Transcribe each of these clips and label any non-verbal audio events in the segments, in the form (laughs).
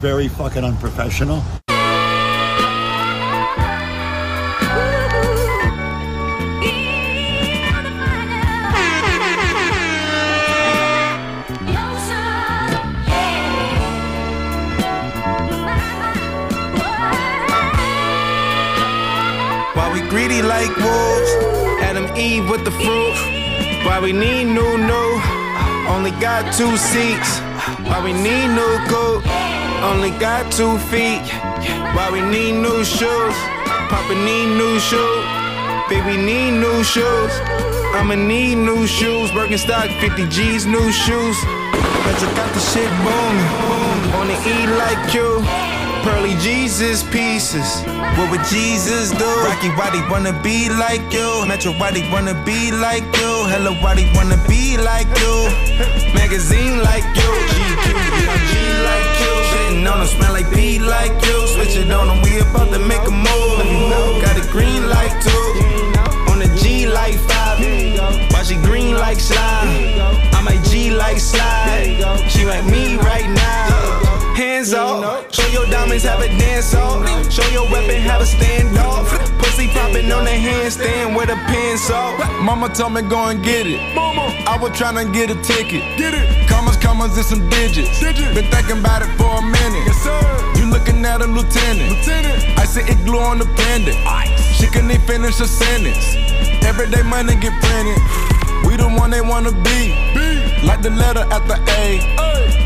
very fucking unprofessional. Why we greedy like wolves? Adam Eve with the fruit. Why we need new new? Only got two seats. Why we need new coat? Only got two feet. Why we need new shoes? Papa need new shoes. Baby need new shoes. I'ma need new shoes. Birkenstock 50 G's new shoes. Bet you got the shit booming. On the E like you. Pearly Jesus pieces. What would Jesus do? Rocky, why they wanna be like you? Metro, why they wanna be like you? Hello, why they wanna be like you? Magazine like you. GQ, G like you. Shitting on them, smell like pee like you. Switch it on them, we about to make a move. Got a green light too. On a G like five. Why she green like slime? I might G like slide. She like me right now. Hands off. Show your diamonds, have a dance off. Show your weapon, have a stand off. Pussy popping on the handstand with a pencil. Mama told me go and get it. Mama, I was tryna get a ticket. Get it. Commas, commas, and some digits. digits. Been thinking about it for a minute. Yes, sir. You looking at a lieutenant. Lieutenant. I see it glue on the pendant. Ice. She couldn't even finish her sentence. Everyday money get printed. We the one they wanna be. B. Like the letter after A.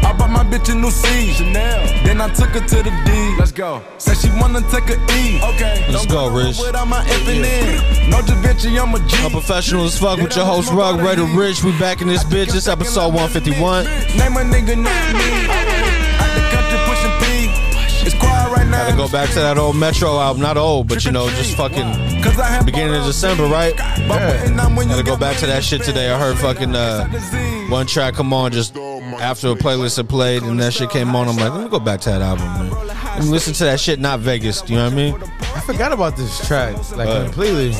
I bought my bitch a new C. Chanel. Then I took her to the D. Let's go. Said she wanna take a E. Okay. Let's go, Rich. Without my F and N. No Da Vinci, I'm a G. A professional as fuck with your host Rug Ray the Rich. We back in this bitch. This episode 151. Name a nigga, not me. Out the country pushing P. It's quiet right now. Gotta go back to that old Metro album. Not old, but you know, just fucking Cause I have beginning of December, right? Gotta Gotta go back to that shit today. I heard fucking uh, one track come on just after a playlist I played and that shit came on. I'm like, let me go back to that album, man. Let me listen to that shit, not Vegas. You know what I mean? I forgot about this track, like Uh, completely.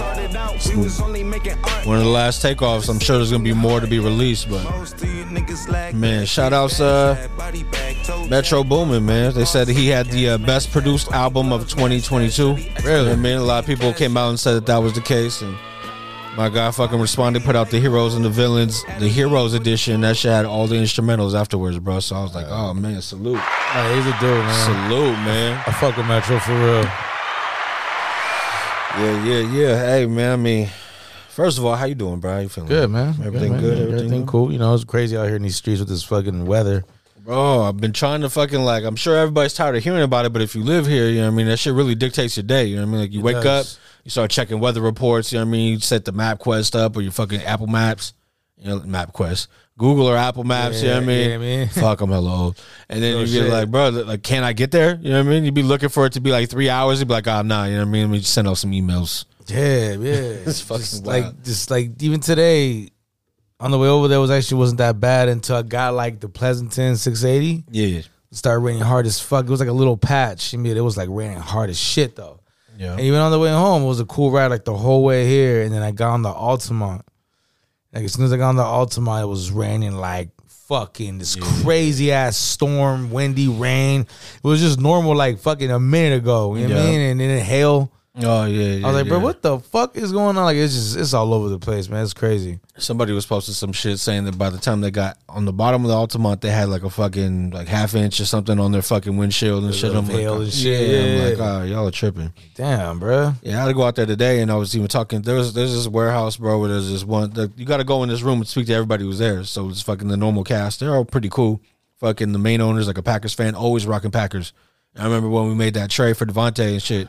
One of the last takeoffs. I'm sure there's gonna be more to be released, but man, shout outs uh, Metro Boomin, man. They said that he had the uh, best produced album of 2022. Really? I mean, a lot of people came out and said that that was the case. And my guy fucking responded, put out the Heroes and the Villains, the Heroes edition. That shit had all the instrumentals afterwards, bro. So I was like, oh, man, salute. Nah, he's a dude, man. Salute, man. I fuck with Metro for real. Yeah, yeah, yeah. Hey, man, I mean, first of all, how you doing, bro? How you feeling? Good, man. Everything man. good? Everything good? cool. You know, it's crazy out here in these streets with this fucking weather. Bro, Oh, I've been trying to fucking like. I'm sure everybody's tired of hearing about it, but if you live here, you know what I mean. That shit really dictates your day. You know what I mean. Like you wake does. up, you start checking weather reports. You know what I mean. You set the map quest up or your fucking Apple Maps, you know, map quest, Google or Apple Maps. you know what I Yeah, mean. yeah, man. (laughs) Fuck, I'm hella old. And then Real you be shit. like, bro, like, can I get there? You know what I mean. You'd be looking for it to be like three hours. You'd be like, ah, nah. You know what I mean. Let me just send out some emails. Yeah, yeah. (laughs) it's fucking just wild. like just like even today on the way over there was actually wasn't that bad until I got like the Pleasanton 680. Yeah, It started raining hard as fuck. It was like a little patch. I mean, it was like raining hard as shit though. yeah. And even on the way home, it was a cool ride like the whole way here. And then I got on the Altamont. Like as soon as I got on the Altamont, it was raining like fucking this crazy ass storm, windy rain. It was just normal like fucking a minute ago. You know what I Yeah. mean? And then it hail. Oh yeah. yeah I was like, bro, yeah. what the fuck is going on? Like it's just it's all over the place, man. It's crazy. somebody was posting some shit saying that by the time they got on the bottom of the Altamont, they had like a fucking like half inch or something on their fucking windshield and shit. I'm like, veil oh, and yeah, I'm shit. like, oh, y'all are tripping. Damn, bro. Yeah, I had to go out there today, and I was even talking. There was there's this warehouse, bro, where there's this one. The, you got to go in this room and speak to everybody who's there. So it's fucking the normal cast. They're all pretty cool. Fucking the main owner's like a Packers fan, always rocking Packers. And I remember when we made that trade for Devontae and shit.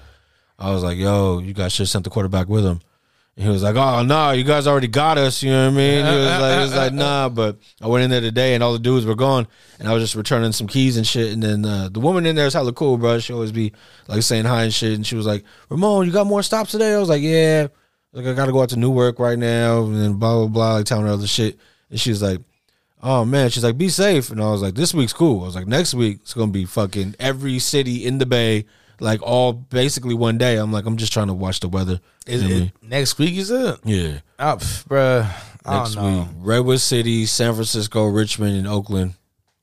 I was like, yo, you guys should have sent the quarterback with him. And he was like, oh, no, you guys already got us. You know what I mean? He was like, he (laughs) was like nah, but I went in there today and all the dudes were gone. And I was just returning some keys and shit. And then uh, the woman in there is hella cool, bro. She always be like saying hi and shit. And she was like, Ramon, you got more stops today? I was like, yeah. Like, I got to go out to Newark right now. And then blah, blah, blah, like telling her other shit. And she was like, oh man, she's like, be safe. And I was like, this week's cool. I was like, next week it's gonna be fucking every city in the bay, like all basically one day. I'm like, I'm just trying to watch the weather. Is You know what I it mean? next week is it? Yeah. Oh, pff, bro. I Next don't know. week. Redwood City, San Francisco, Richmond, and Oakland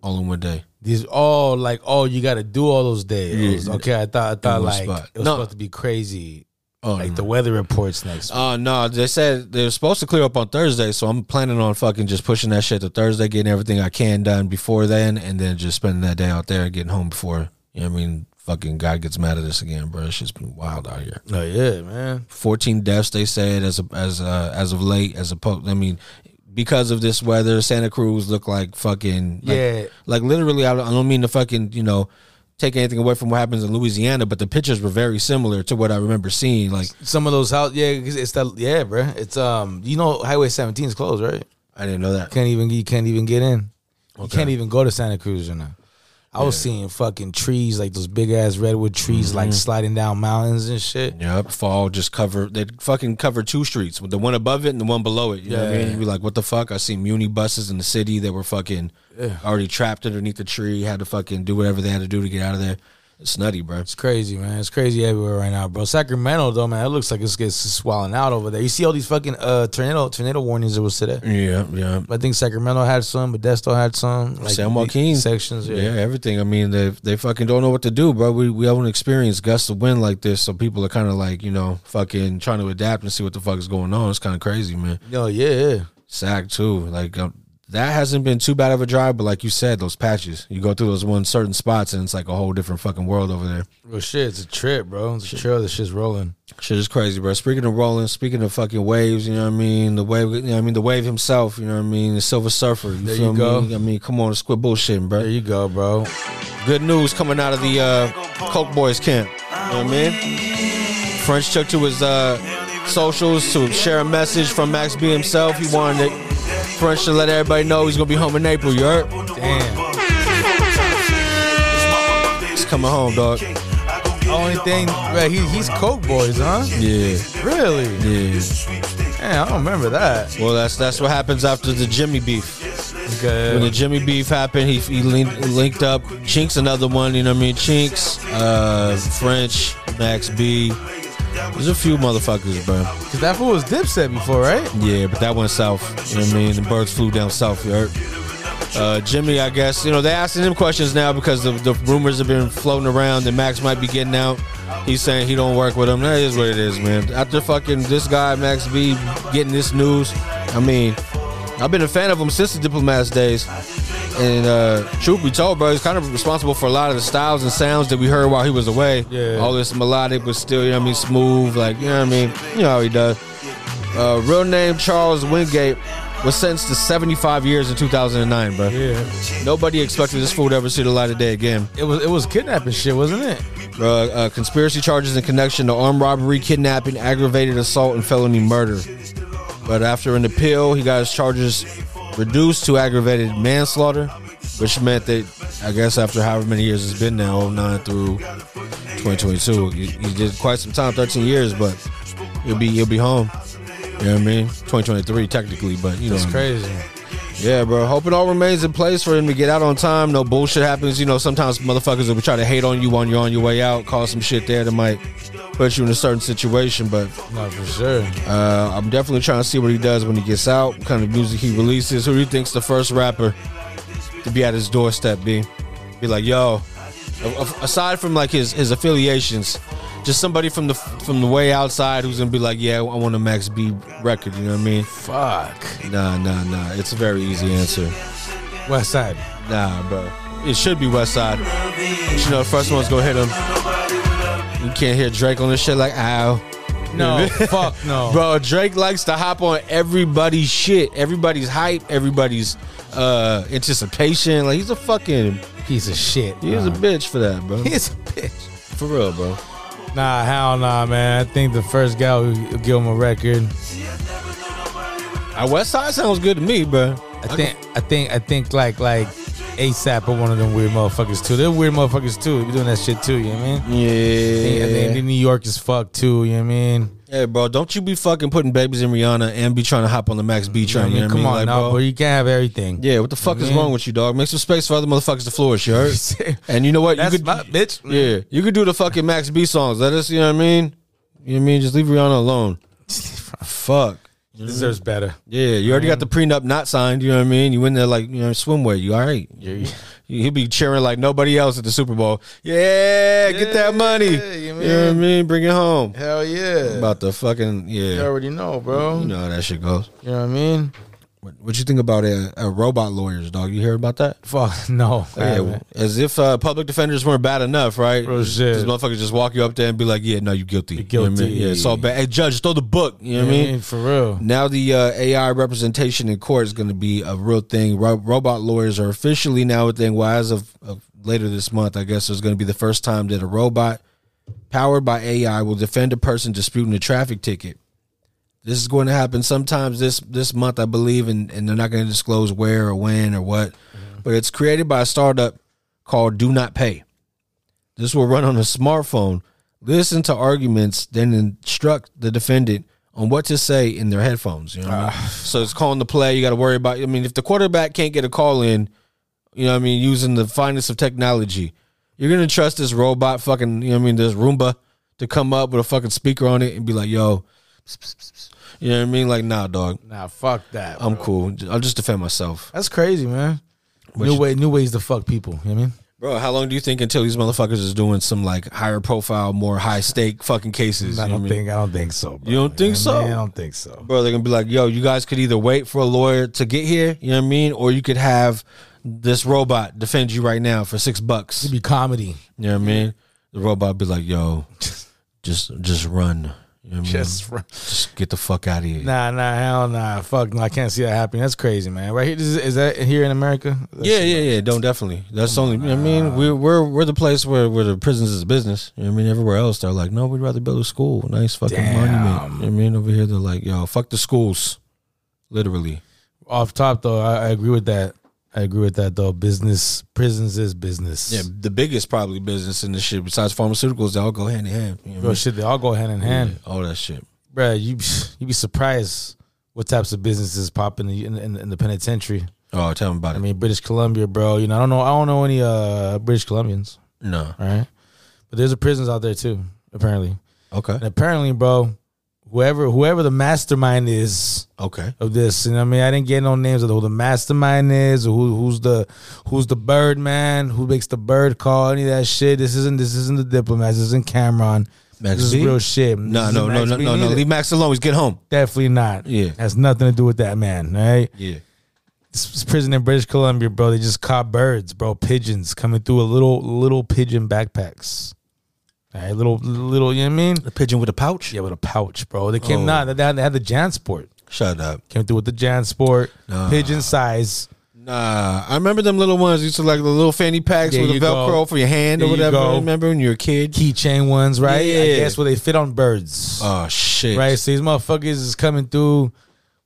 all in one day. These all like oh you got to do all those days. Yeah. Okay, I thought I thought one like spot. it was No. supposed to be crazy. Oh, like no. the weather reports next. week. Uh no, they said they were supposed to clear up on Thursday, so I'm planning on fucking just pushing that shit to Thursday, getting everything I can done before then, and then just spending that day out there and getting home before you know what I mean fucking God gets mad at us again, bro. It's just been wild out here. oh yeah, man. Fourteen deaths they said as a, as uh, as of late as opposed I mean because of this weather, Santa Cruz looked like fucking like, Yeah. like literally I don't, I don't mean to fucking you know take anything away from what happens in Louisiana, but the pictures were very similar to what I remember seeing like. Some of those house yeah, 'cause it's that yeah, bro. It's um you know Highway 17 is closed, right? I didn't know that. Can't even you can't even get in. You can't even go to Santa Cruz right now. I was seeing fucking trees like those big ass redwood trees like sliding down mountains and shit. Yep, fall just cover. They fucking cover two streets, the one above it and the one below it. You know what I mean? Yeah. You be like, what the fuck? I seen muni buses in the city that were fucking already trapped underneath the tree. Had to fucking do whatever they had to do to get out of there. It's nutty, bro. It's crazy, man. It's crazy everywhere right now, bro. Sacramento though, man, it looks like it's gets swelling out over there. You see all these fucking uh tornado tornado warnings that was today. Yeah, yeah. I think Sacramento had some, Modesto had some. Like San Joaquin sections, yeah. everything. I mean, they they fucking don't know what to do, bro. We we haven't experienced gusts of wind like this, so people are kind of like you know fucking trying to adapt and see what the fuck is going on. It's kind of crazy, man. No, Oh, yeah, yeah. Sack too. Like um, that hasn't been too bad of a drive, but like you said, those patches. You go through those one certain spots, and it's like a whole different fucking world over there. Well, shit, it's a trip, bro. It's a trail. This shit's rolling. Shit is crazy, bro. Speaking of rolling, speaking of fucking waves, you know what I mean. The wave, you know what I mean. The wave himself, you know what I mean. The Silver Surfer. You There feel you me? go. I mean, come on, it's quit bullshitting, There bro. you go, bro. Good news coming out of the uh, Coke Boys camp. You know what I mean. French took to his uh, socials to share a message from Max B himself. He wanted to, French to let everybody know he's gonna be home in April. You heard? Damn. He's coming home, dog. Only thing, bro, he, he's Coke Boys, huh? Yeah, Really? yeah. Damn, I don't remember that. Well, that's that's what happens after the Jimmy beef. When the Okay. Jimmy beef happened, he, he linked, linked up. Chinks another one, you know what I mean? Chinks, uh, French, Max B. There's a few motherfuckers, bro. Because that fool was Dipset before, right? Yeah, but that went south. You know what I mean? The birds flew down south. You heard? Uh, Jimmy, I guess you know they're asking him questions now because the, the rumors have been floating around that Max might be getting out. He's saying he don't work with him. That is what it is, man. After fucking this guy Max B getting this news, I mean, I've been a fan of him since the Diplomats days. And uh, truth be told, bro, he's kind of responsible for a lot of the styles and sounds that we heard while he was away. Yeah. All this melodic, but still, you know what I mean, smooth. Like you know what I mean. You know how he does. Uh, real name Charles Wingate was sentenced to 75 years in 2009, bro. Yeah. Nobody expected this fool to ever see the light of day again. It was it was kidnapping shit, wasn't it? Uh, uh, conspiracy charges in connection to armed robbery, kidnapping, aggravated assault, and felony murder. But after an appeal, he got his charges reduced to aggravated manslaughter, which meant that, I guess, after however many years it's been now, 09 through 2022, he, he did quite some time, 13 years, but he'll be he'll be home. You know what I mean? 2023 technically, but you know, It's what I mean. crazy. Yeah, bro. Hope it all remains in place for him to get out on time. No bullshit happens. You know, sometimes motherfuckers will try to hate on you when you're on your way out, cause some shit there that might put you in a certain situation. But No, for sure. uh, I'm definitely trying to see what he does when he gets out, what kind of music he releases. Who do you think's the first rapper to be at his doorstep? Be, be like, yo. a- a- Aside from like his his affiliations, just somebody from the from the way outside who's gonna be like, yeah, I want a Max B record. You know what I mean? Fuck. Nah, nah, nah. It's a very easy answer. West Side. Nah, bro. It should be West Side. But you know, the first one's gonna hit him. You can't hear Drake on this shit like ow. No, (laughs) fuck no. Bro, Drake likes to hop on everybody's shit, everybody's hype, everybody's uh anticipation. Like he's a fucking Piece of shit. he's a bitch for that, bro. He's a bitch. For real, bro. Nah, hell nah, man. I think the first guy who who give him a record. Uh, West Side sounds good to me, bro. I think I think I think like like ASAP or one of them weird motherfuckers too. They're weird motherfuckers too. They be doing that shit too, you know what I mean? I think, I think Yeah. New York is fucked too, you know what I mean? Hey, bro, don't you be fucking putting babies in Rihanna and be trying to hop on the Max B You know what I mean? train. you know what Come on Like, now, bro, bro. You can't have everything. (laughs) Yeah, what the fuck is Man. wrong with you, dog? Make some space for other motherfuckers to flourish, (laughs) you heard? and you know what? That's you could, my bitch. Yeah, you could do the fucking Max B songs. Let us, you know what I mean? You know what I mean? Just leave Rihanna (laughs) alone. Fuck. Deserves better. Yeah, you already got the prenup not signed. You know what I mean? You in there like you know swimwear. You all right? You He'll be cheering like nobody else at the Super Bowl. Yeah, get that money. Yeah, you you know what I mean? mean? Bring it home. Hell yeah. About the fucking you yeah. already know, bro. You know how that shit goes. You know what I mean? What, what you think about uh, uh, robot lawyers, dog? You hear about that? Fuck (laughs) no. I Yeah, haven't. as if uh, public defenders weren't bad enough, right? Real shit. These motherfuckers just walk you up there and be like, "Yeah, no, you're guilty. You know what I mean? guilty. Yeah, it's all bad. Hey, judge, throw the book. You know what I mean? for real. Now the uh, AI representation in court is going to be a real thing. Ro- robot lawyers are officially now a thing. Well, as of, of later this month, I guess there's going to be the first time that a robot powered by AI will defend a person disputing a traffic ticket. This is going to happen sometimes this this month, I believe, and, and they're not going to disclose where or when or what. But it's created by a startup called Do Not Pay. This will run on a smartphone. Listen to arguments, then instruct the defendant on what to say in their headphones. You know, what I mean? so it's calling the play. You got to worry about. I mean, if the quarterback can't get a call in, you know, what I mean, using the finest of technology, you're gonna trust this robot, fucking, you know, what I mean, this Roomba to come up with a fucking speaker on it and be like, "Yo," you know what I mean? Like, nah, dog, Nah, fuck that. I'm bro. cool. I'll just defend myself, That's crazy, man. new you- way, new ways to fuck people. You know what I mean? bro. How long do you think until these motherfuckers is doing some like higher profile, more high stake fucking cases? I you know what don't mean? think. I don't think so. Bro. You don't think know so? what I mean? I don't think so. bro, they're gonna be like, yo, you guys could either wait for a lawyer to get here, you know what I mean, or you could have this robot defend you right now for six bucks. It'd be comedy. You know what I mean? The robot be like, yo, just just run. You know what (laughs) I mean? Just run. Just get the fuck out of here. Nah, nah, hell nah. Fuck no. I can't see that happening. That's crazy, man. Right here, this is, is that here in America? That's- yeah, yeah, yeah. Don't definitely. That's only. I mean, we're we're we're the place where where the prisons is business. You know what I mean, everywhere else they're like, no, we'd rather build a school, nice fucking monument. You know what I mean, over here they're like, yo, fuck the schools, literally. Off top though, I, I agree with that. I agree with that though. Business, prisons is business. Yeah, the biggest probably business in this shit besides pharmaceuticals, they all go hand in hand. You know what I Bro, mean? shit, they all go hand in hand. Yeah, all that shit. Bro, you (sighs) you be surprised what types of businesses pop in the in, in, in the penitentiary. Oh, tell me about it. I mean, British Columbia, bro. You know, I don't know. I don't know any uh British Columbians, no. all right? But there's a prisons out there too, apparently. Okay. And apparently, bro, whoever whoever the mastermind is Okay. of this, you know, what I mean, I didn't get no names of who the mastermind is, or who who's the who's the bird man, who makes the bird call, any of that shit. This isn't this isn't the diplomats. This isn't Cameron. Max this B? is real shit. No, This isn't no, no, Max no, B no, no. neither. Leave Max alone. He's getting home. Definitely not. Yeah. Has nothing to do with that man, right? Yeah. This this prison in British Columbia, bro. They just caught birds, bro. Pigeons coming through a little little pigeon backpacks. All right, little little, you know what I mean? The pigeon with a pouch. Yeah, with a pouch, bro. They came Oh. not they had, they had the Jansport. Shut up. Came through with the Jansport, Nah. pigeon size. Nah, I remember them little ones. Used to like the little fanny packs There with the you go. Velcro for your hand or There you whatever. go. Remember when you were a kid? keychain ones, right? Yeah. I guess where they fit on birds, Oh shit. right? So these motherfuckers is coming through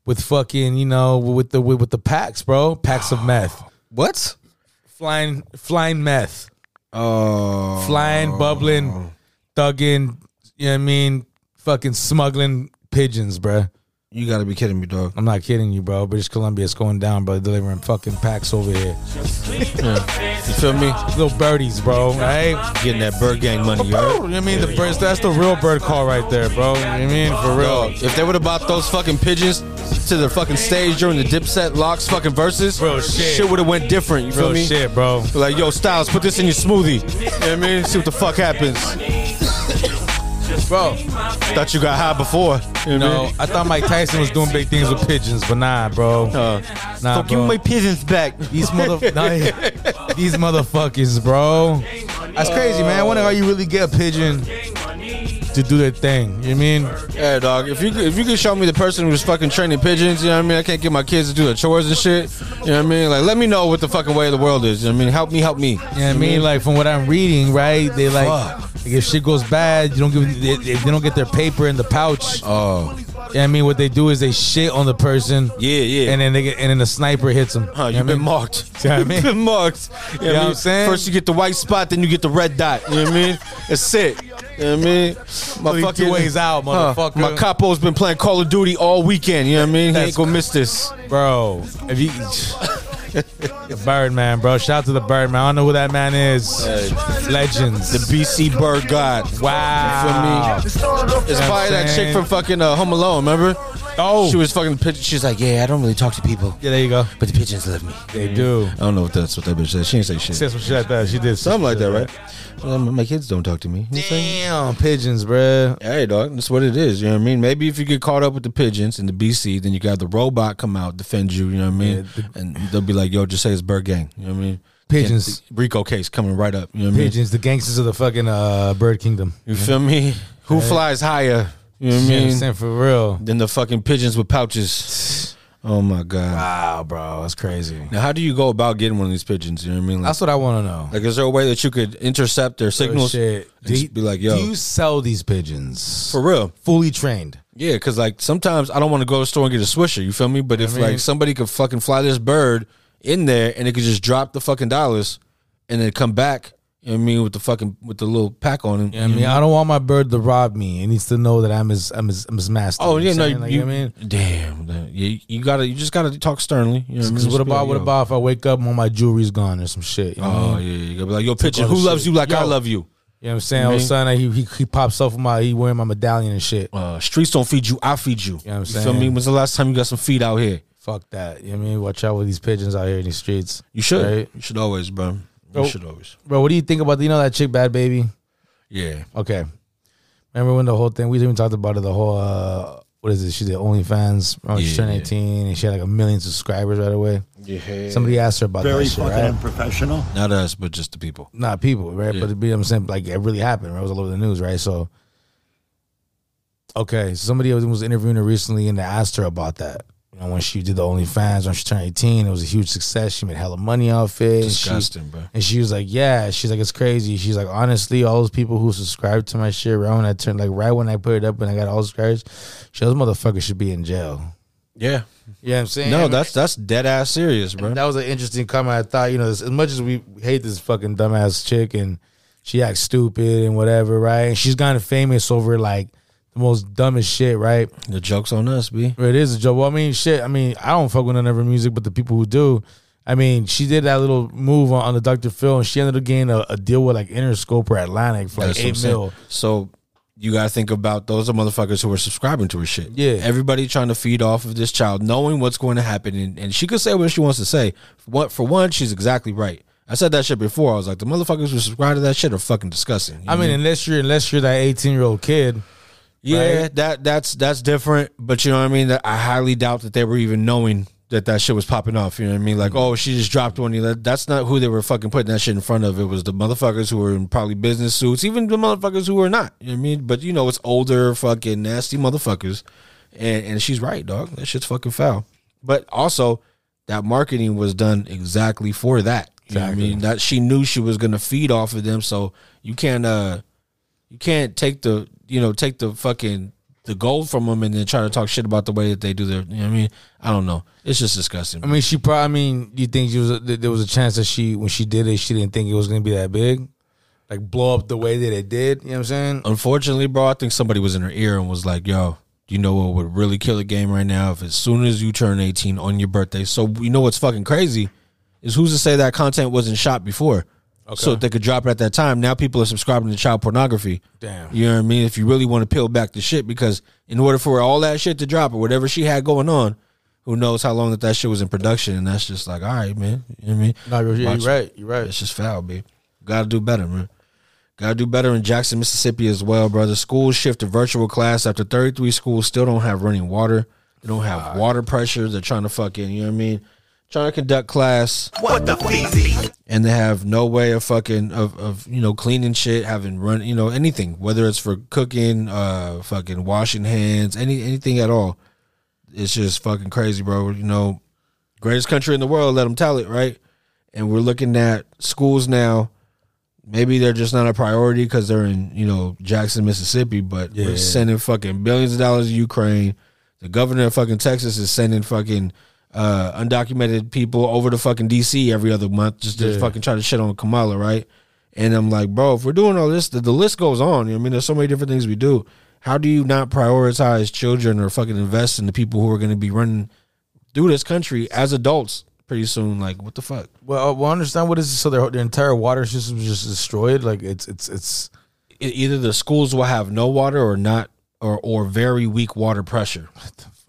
with fucking, you know, with the with, with the packs, bro, packs of meth, What? (sighs) flying flying meth, Oh. flying, bubbling, thugging, you know what I mean? Fucking smuggling pigeons, bro. You gotta be kidding me, dog. I'm not kidding you, bro. British Columbia is going down, bro. Delivering fucking packs over here, You feel me? little birdies, bro. Right? Getting that bird gang money, You know yo. what I mean? The birds. That's the real bird call right there, bro. You know what I mean? For real. If they would have bought those fucking pigeons to the fucking stage during the Dipset Locks fucking verses, Real shit. would have went different. You feel Real me? shit, bro. Be Like, yo, Styles, put this in your smoothie. You know what I mean? See what the fuck happens. Bro, Thought you got high before. You know no, I thought Mike Tyson was doing big things with pigeons, but nah, bro. what I mean? Nah, Uh, give bro. my pigeons back. (laughs) These mother, nah, these motherfuckers, bro. That's crazy, man. I wonder how you really get a pigeon to do their thing. You know what I mean? Hey, dog, if you could, if you could show me the person who's fucking training pigeons, you know what I mean? I can't get my kids to do their chores and shit. You know what I mean? Like, let me know what the fucking way of the world is. You know what I mean? Help me, help me. You know what I mean? Like from what I'm reading, right? They like, like, if shit goes bad, you don't give they, they they don't get their paper in the pouch. You know Oh, what I mean? What they do is they shit on the person, yeah, yeah. and then they get and then the sniper hits them. Huh, you've been marked. (laughs) See what I mean? You've been marked. You You know I mean? what I'm saying? First you get the white spot, then you get the red dot. You know what I mean? That's it. You know what I mean? My Only two ways out, Huh, motherfucker. my capo's been playing Call of Duty all weekend. You know what I mean? He ain't gonna miss this. Bro, if you The Birdman, bro. Shout out to the Birdman. I don't know who that man is. Legends. The BC Bird God. wow. For It's Yeah, probably that same. chick from fucking uh, Home Alone. Remember? Oh. She was fucking. pitch- She's like, yeah, I don't really talk to people, yeah, there you go. but the pigeons love me. They do. I don't know if that's what that bitch said. She didn't say shit. She said some shit like that. She did some Something like shit that, right? Um, my kids don't talk to me. You know what I'm saying? Damn, pigeons, bro. Hey, dog, that's what it is. You know what I mean? Maybe if you get caught up with the pigeons and the BC, then you got the robot come out defend you. You know what I mean? and they'll be like, "Yo, just say it's Bird Gang." You know what I mean? Pigeons. Can't- Rico case coming right up. You know what I mean? Pigeons, the gangsters of the fucking uh, bird kingdom. You feel me? Who flies higher? You know You know what what I I'm mean? saying? For real. Than the fucking pigeons with pouches. Oh my god! Wow, bro. That's crazy. Now, how do you go about getting one of these pigeons? You know what I mean? Like, That's what I want to know. Oh, like, is there a way that you could intercept their signals? Shit. and Do just you, be like, yo, do you sell these pigeons? for real. fully trained. Yeah, because like sometimes I don't want to go to the store and get a swisher. You feel me? But if mean- like somebody could fucking fly this bird in there and it could just drop the fucking dollars and then come back. You know what I mean with the fucking with the little pack on him. I mean, I don't want my bird to rob me. It needs to know that I'm his, I'm his, I'm his master. Oh You yeah, know no, what you, I'm saying? Like, I mean, damn, man. you, you gotta, you just gotta talk sternly. You know what, I mean? because Just what be like, about what yo. about um, if I wake up and all my jewelry's gone or some shit? You know, what I Oh mean? yeah, you gotta be like, yo, pigeon, who other loves shit. you like I Yo. love you? you know what I'm saying? All of a mean- sudden, he, he he pops off with my he wearing my medallion and shit. Uh, streets don't feed you, I feed know you. what I'm you feel saying? me? When's the last time you got some feed out here? Fuck that. You know what I mean? Watch out with these pigeons out here in these streets, You should, Right. you should always, bro. You Oh. should always. bro. What do you think about you know that chick bad baby? Yeah, Okay, remember when the whole thing we even talked about it? The whole uh, what is it? She did OnlyFans. Remember she Yeah, turned yeah. 18 and she had like a million subscribers right away. yeah. Somebody asked her about Very that shit, fucking right? unprofessional. Not us, but just the people. not people, right? Yeah. But it, you know what I'm saying, like it really happened. Right? It was all over the news, right? So, okay, somebody was- was interviewing her recently, and they asked her about that. You know, when she did the OnlyFans, when she turned 18, it was a huge success. She made hella money off it. and she- Disgusting, bro. and she was like, "Yeah." She's like, "It's crazy." She's like, "Honestly, all those people who subscribed to my shit, right when I turned, like, right when I put it up and I got all subscribers, she those motherfuckers should be in jail." Yeah. Yeah, I'm saying. No, that's that's dead ass serious, bro. That was an interesting comment. I thought, you know, as as much as we hate this fucking dumbass chick and she acts stupid and whatever, right? And she's gotten famous over like the most dumbest shit, right? The joke's on us, b. But it is a joke. Well, I mean, shit. I mean, I don't fuck with none of her music, but the people who do, I mean, she did that little move on, on the Dr. Phil, and she ended up getting a, a deal with like Interscope or Atlantic for like That's what I'm eight mil. saying. So you gotta think about those are motherfuckers who are subscribing to her shit. Yeah. Everybody trying to feed off of this child, knowing what's going to happen, and, and she could say what she wants to say. For one, for one, she's exactly right. I said that shit before. I was like, the motherfuckers who subscribe to that shit are fucking disgusting. You I mean, unless you're unless you're that eighteen year old kid, yeah, right? that that's that's different. But you know what I mean. That I highly doubt that they were even knowing that that shit was popping off. You know what I mean? Like, oh, she just dropped one. You know, That's not who they were fucking putting that shit in front of. It was the motherfuckers who were in probably business suits, even the motherfuckers who were not. You know what I mean? But you know, it's older fucking nasty motherfuckers, and and she's right, dog. That shit's fucking foul. But also, that marketing was done exactly for that. You know what I mean? That she knew she was gonna feed off of them, so you can't uh you can't take the you know take the fucking the gold from them and then try to talk shit about the way that they do their. You know what I mean, I don't know. It's just disgusting. I mean, she probably. I mean, you think she was that there was a chance that she when she did it, she didn't think it was gonna be that big, like blow up the way that it did. You know what I'm saying? Unfortunately, bro, I think somebody was in her ear and was like, "Yo, you know what would really kill a game right now? If as soon as you turn eighteen on your birthday." So you know what's fucking crazy is who's to say that content wasn't shot before. So they could drop it at that time. Now people are subscribing to child pornography. Damn. You know what I mean? If you really want to peel back the shit, because in order for all that shit to drop or whatever she had going on, who knows how long that that shit was in production? And that's just like, all right, man. You know what I mean? No, you're, you're Watch- right. You're right. It's just foul, B. Gotta do better, man. Gotta do better in Jackson, Mississippi as well, brother. Schools shift to virtual class after 33 schools still don't have running water. They don't have water pressure. They're trying to fucking, you know what I mean? Trying to conduct class What the feezy? and they have no way of fucking of, of you know cleaning shit, having run you know anything, whether it's for cooking, uh, fucking washing hands, any anything at all. It's just fucking crazy, bro. You know, greatest country in the world, let them tell it, right? And we're looking at schools now. Maybe they're just not a priority because they're in you know Jackson, Mississippi, but we're sending fucking billions of dollars to Ukraine. The governor of fucking Texas is sending fucking uh, undocumented people over to fucking DC every other month just to fucking try to shit on Kamala, right? And I'm like, bro, if we're doing all this, the, the list goes on. You know what I mean? There's so many different things we do. How do you not prioritize children or fucking invest in the people who are going to be running through this country as adults? pretty soon. Like, what the fuck? Well, uh, well, understand what is this? so their their entire water system is just destroyed. Like it's it's it's E- either the schools will have no water or not, or or very weak (laughs) water pressure.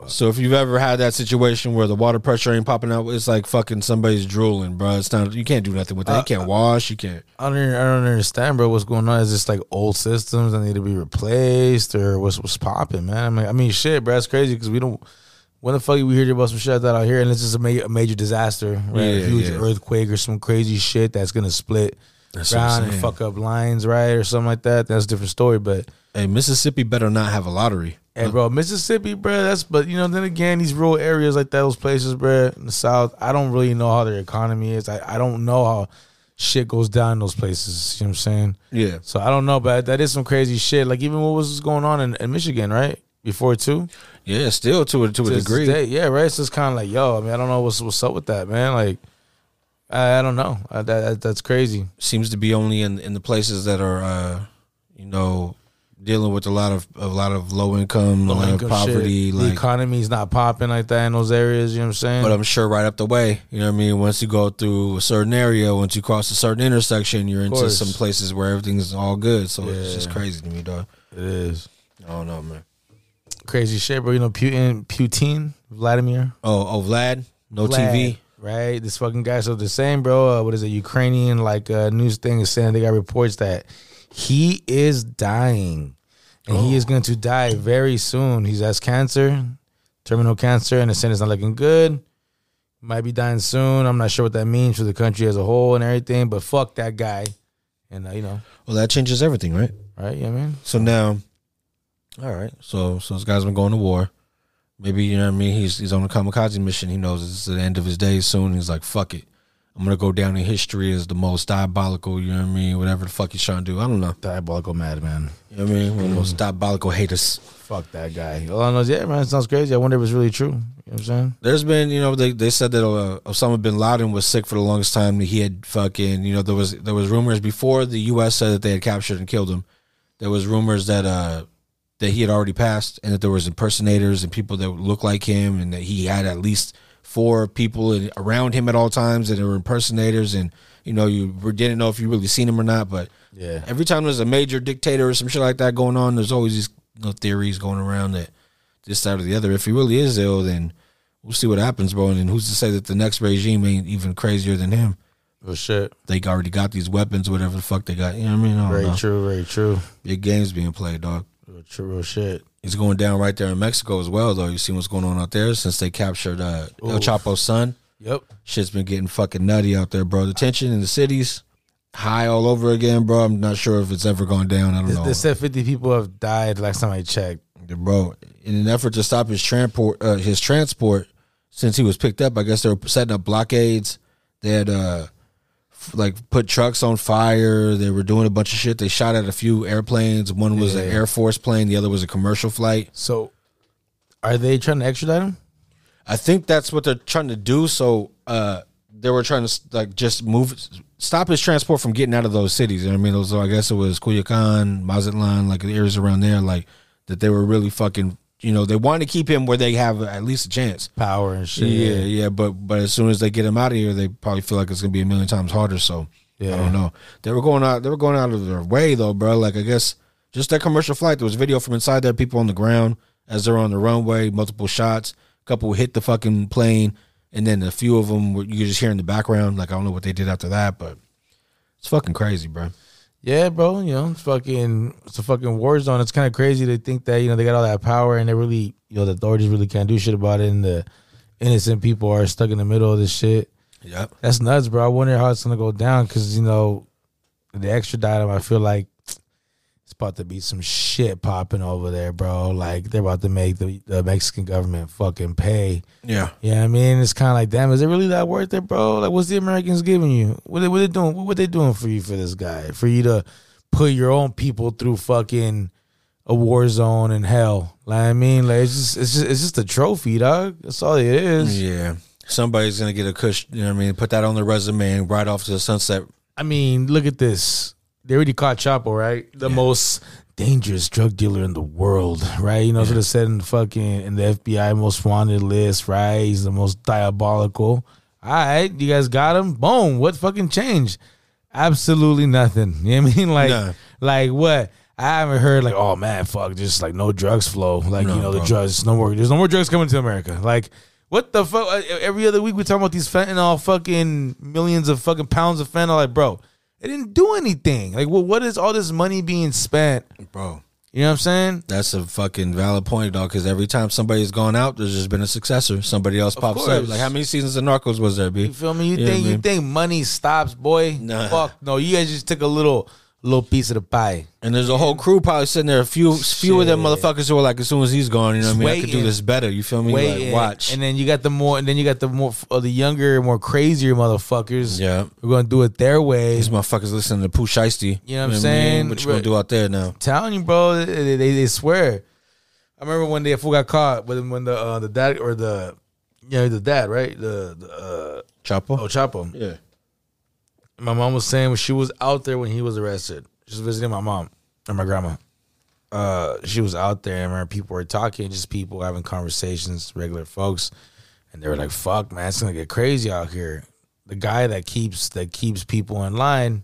So if you've ever had that situation where the water pressure ain't popping out, it's like fucking somebody's drooling, bro. It's not you can't do nothing with that. Uh, you can't wash. You can't. I don't even- I don't understand, bro. What's going on? Is this like old systems that need to be replaced or what's what's popping, man? I mean, I mean, shit, bro. That's crazy because we don't. When the fuck we heard about some shit like that out here, and it's just a, ma- a major disaster, right? a Yeah, huge yeah. earthquake or some crazy shit that's gonna split That's what I'm ground and saying. fuck up lines, right, or something like that. That's a different story, but. Hey, Mississippi better not have a lottery. Hey, bro, Mississippi, bro. That's but you know. Then again, these rural areas like that, those places, bro, in the South. I don't really know how their economy is. I, I don't know how shit goes down in those places. You know what I'm saying? Yeah. So I don't know, but that is some crazy shit. Like even what was going on in, in Michigan, right? Before too, Yeah, still to a to a To this degree. day, yeah, right. So it's kind of like, yo, I mean, I don't know what's what's up with that, man. Like, I, I don't know. I, that, that that's crazy. seems to be only in, in the places that are uh, you know dealing with a lot of a lot of low income, a lot of Income oh, shit. poverty. the Like, economy's not popping like that in those areas. You know what I'm saying? but uh, I'm sure right up the way, you know what I mean. Once you go through a certain area, once you cross a certain intersection, you're into course. some places where everything's all good. So it's just crazy to me, dog. it is I don't know, man. crazy shit, bro. You know, Putin, Putin, Vladimir. Oh, oh, Vlad, no Vlad, TV. Right, this fucking guy. So the same, bro. Uh, what is it? Ukrainian like uh, news thing is saying they got reports that he is dying, and he Oh. is going to die very soon. He's has cancer, terminal cancer, and the saying it's not looking good. Might be dying soon. I'm not sure what that means for the country as a whole and everything. But fuck that guy, and uh, you know, Well, Oh, that changes everything, right? right? Yeah, man. So now, all right. So so this guy's been going to war. Maybe you know what I mean. He's he's on a kamikaze mission. He knows it's the end of his days soon. He's like, fuck it. I'm gonna go down in history as the most diabolical. You know what I mean? Whatever the fuck he's trying to do. I don't know. Diabolical madman. You know what I mean? One of the most diabolical haters. Fuck that guy. All I know is, yeah, man, it sounds crazy. I wonder if it's really true. You know what I'm saying? There's been, you know, they, they said that uh, Osama bin Laden was sick for the longest time. That he had fucking, you know, there was there was rumors before the U.S. said that they had captured and killed him. There was rumors that uh that he had already passed and that there was impersonators and people that looked like him and that he had at least four people in, around him at all times that were impersonators and you know you didn't know if you really seen him or not. But Yeah. every time there's a major dictator or some shit like that going on, there's always these you know, theories going around that this side or the other. If he really is ill, then we'll see what happens, bro. And then who's to say that the next regime ain't even crazier than him? Well, shit. They already got these weapons, whatever the fuck they got. You know what I mean? I don't Very know. true. Very true. Big games being played, dog. Real true. Real shit. It's going down right there in Mexico as well, though. You see what's going on out there since they captured uh, El Oof. Chapo's son. Yep. Shit's been getting fucking nutty out there, bro. The tension in the cities high all over again, bro. I'm not sure if it's ever gone down. I don't They, know. they said 50 people have died last time I checked. Yeah, bro, in an effort to stop his transport, uh, his transport, since he was picked up, I guess they were setting up blockades. They had uh, f- like put trucks on fire. They were doing a bunch of shit. They shot at a few airplanes. One was an Air Force plane. The other was a commercial flight. So are they trying to extradite him? I think that's what they're trying to do. So uh, they were trying to like just move, stop his transport from getting out of those cities. You know what I mean? So I guess it was Culiacan, Mazatlan, like the areas around there, like that they were really fucking. You know, they want to keep him where they have at least a chance. Power and shit. Yeah, yeah, but but as soon as they get him out of here, they probably feel like it's gonna be a million times harder. So I Yeah. don't know. They were going out. They were going out of their way though, bro. Like I guess just that commercial flight. There was video from inside there. People on the ground as they're on the runway. Multiple shots. A couple hit the fucking plane, and then a few of them were, you just hear in the background. Like I don't know what they did after that, but it's fucking crazy, bro. Yeah, bro. You know, it's fucking, it's a fucking war zone. It's kind of crazy to think that, you know, they got all that power and they really, you know, the authorities really can't do shit about it. And the innocent people are stuck in the middle of this shit. Yep. That's nuts, bro. I wonder how it's gonna go down because you know the extradite him. I feel like it's about to be some shit popping over there, bro. Like they're about to make the, the Mexican government fucking pay. Yeah. Yeah, I mean, it's kind of like, damn, is it really that worth it, bro? Like, what's the Americans giving you? What they, what they doing? What they doing for you for this guy? For you to put your own people through fucking a war zone and hell? Like, I mean, like it's just it's just it's just a trophy, dog. That's all it is. Yeah. Somebody's gonna get a cush. You know what I mean? Put that on their resume and ride off to the sunset. I mean, look at this. They already caught Chapo, right? The most dangerous drug dealer in the world, right? You know, sort of said in the fucking in the FBI most wanted list, right? He's the most diabolical. all right, you guys got him. Boom. What fucking changed? Absolutely nothing. (laughs) You know what I mean? Like, Nah. like what? I haven't heard like, oh man, fuck, just like no drugs flow. Like you know the drugs, no more. There's no more drugs coming to America. Like what the fuck? Uh, Every other week we talking about these fentanyl, fucking millions of fucking pounds of fentanyl. Like, bro, it didn't do anything. Like, well, what is all this money being spent? bro. You know what I'm saying? That's a fucking valid point, dog. Because every time somebody's gone out, there's just been a successor. Somebody else pops up. course. Like how many seasons of Narcos was there, b? You feel me? You Yeah, think you man. think money stops, boy? Nah. Fuck no. You guys just took a little little piece of the pie. And there's a whole crew probably sitting there. A few, few of them motherfuckers who are like, as soon as he's gone, you know what I mean. I could do waiting. this better. You feel me? Wait, Like, watch. And then you got the more, and then you got the more, uh, the younger, more crazier motherfuckers. Yeah. we're gonna do it their way. These motherfuckers listening to Pooh Shiesty. You know what I'm I mean? saying? What you gonna Right. do out there now? telling you, bro, they, they, they swear. I remember one day a fool got caught, but when the uh, the dad or the you know the dad right the, the uh, Chapo. El Chapo. yeah. My mom was saying when she was out there when he was arrested. She was visiting my mom and my grandma. Uh, she was out there, and I remember people were talking, just people having conversations, regular folks, and they were like, "Fuck, man, it's gonna get crazy out here." The guy that keeps that keeps people in line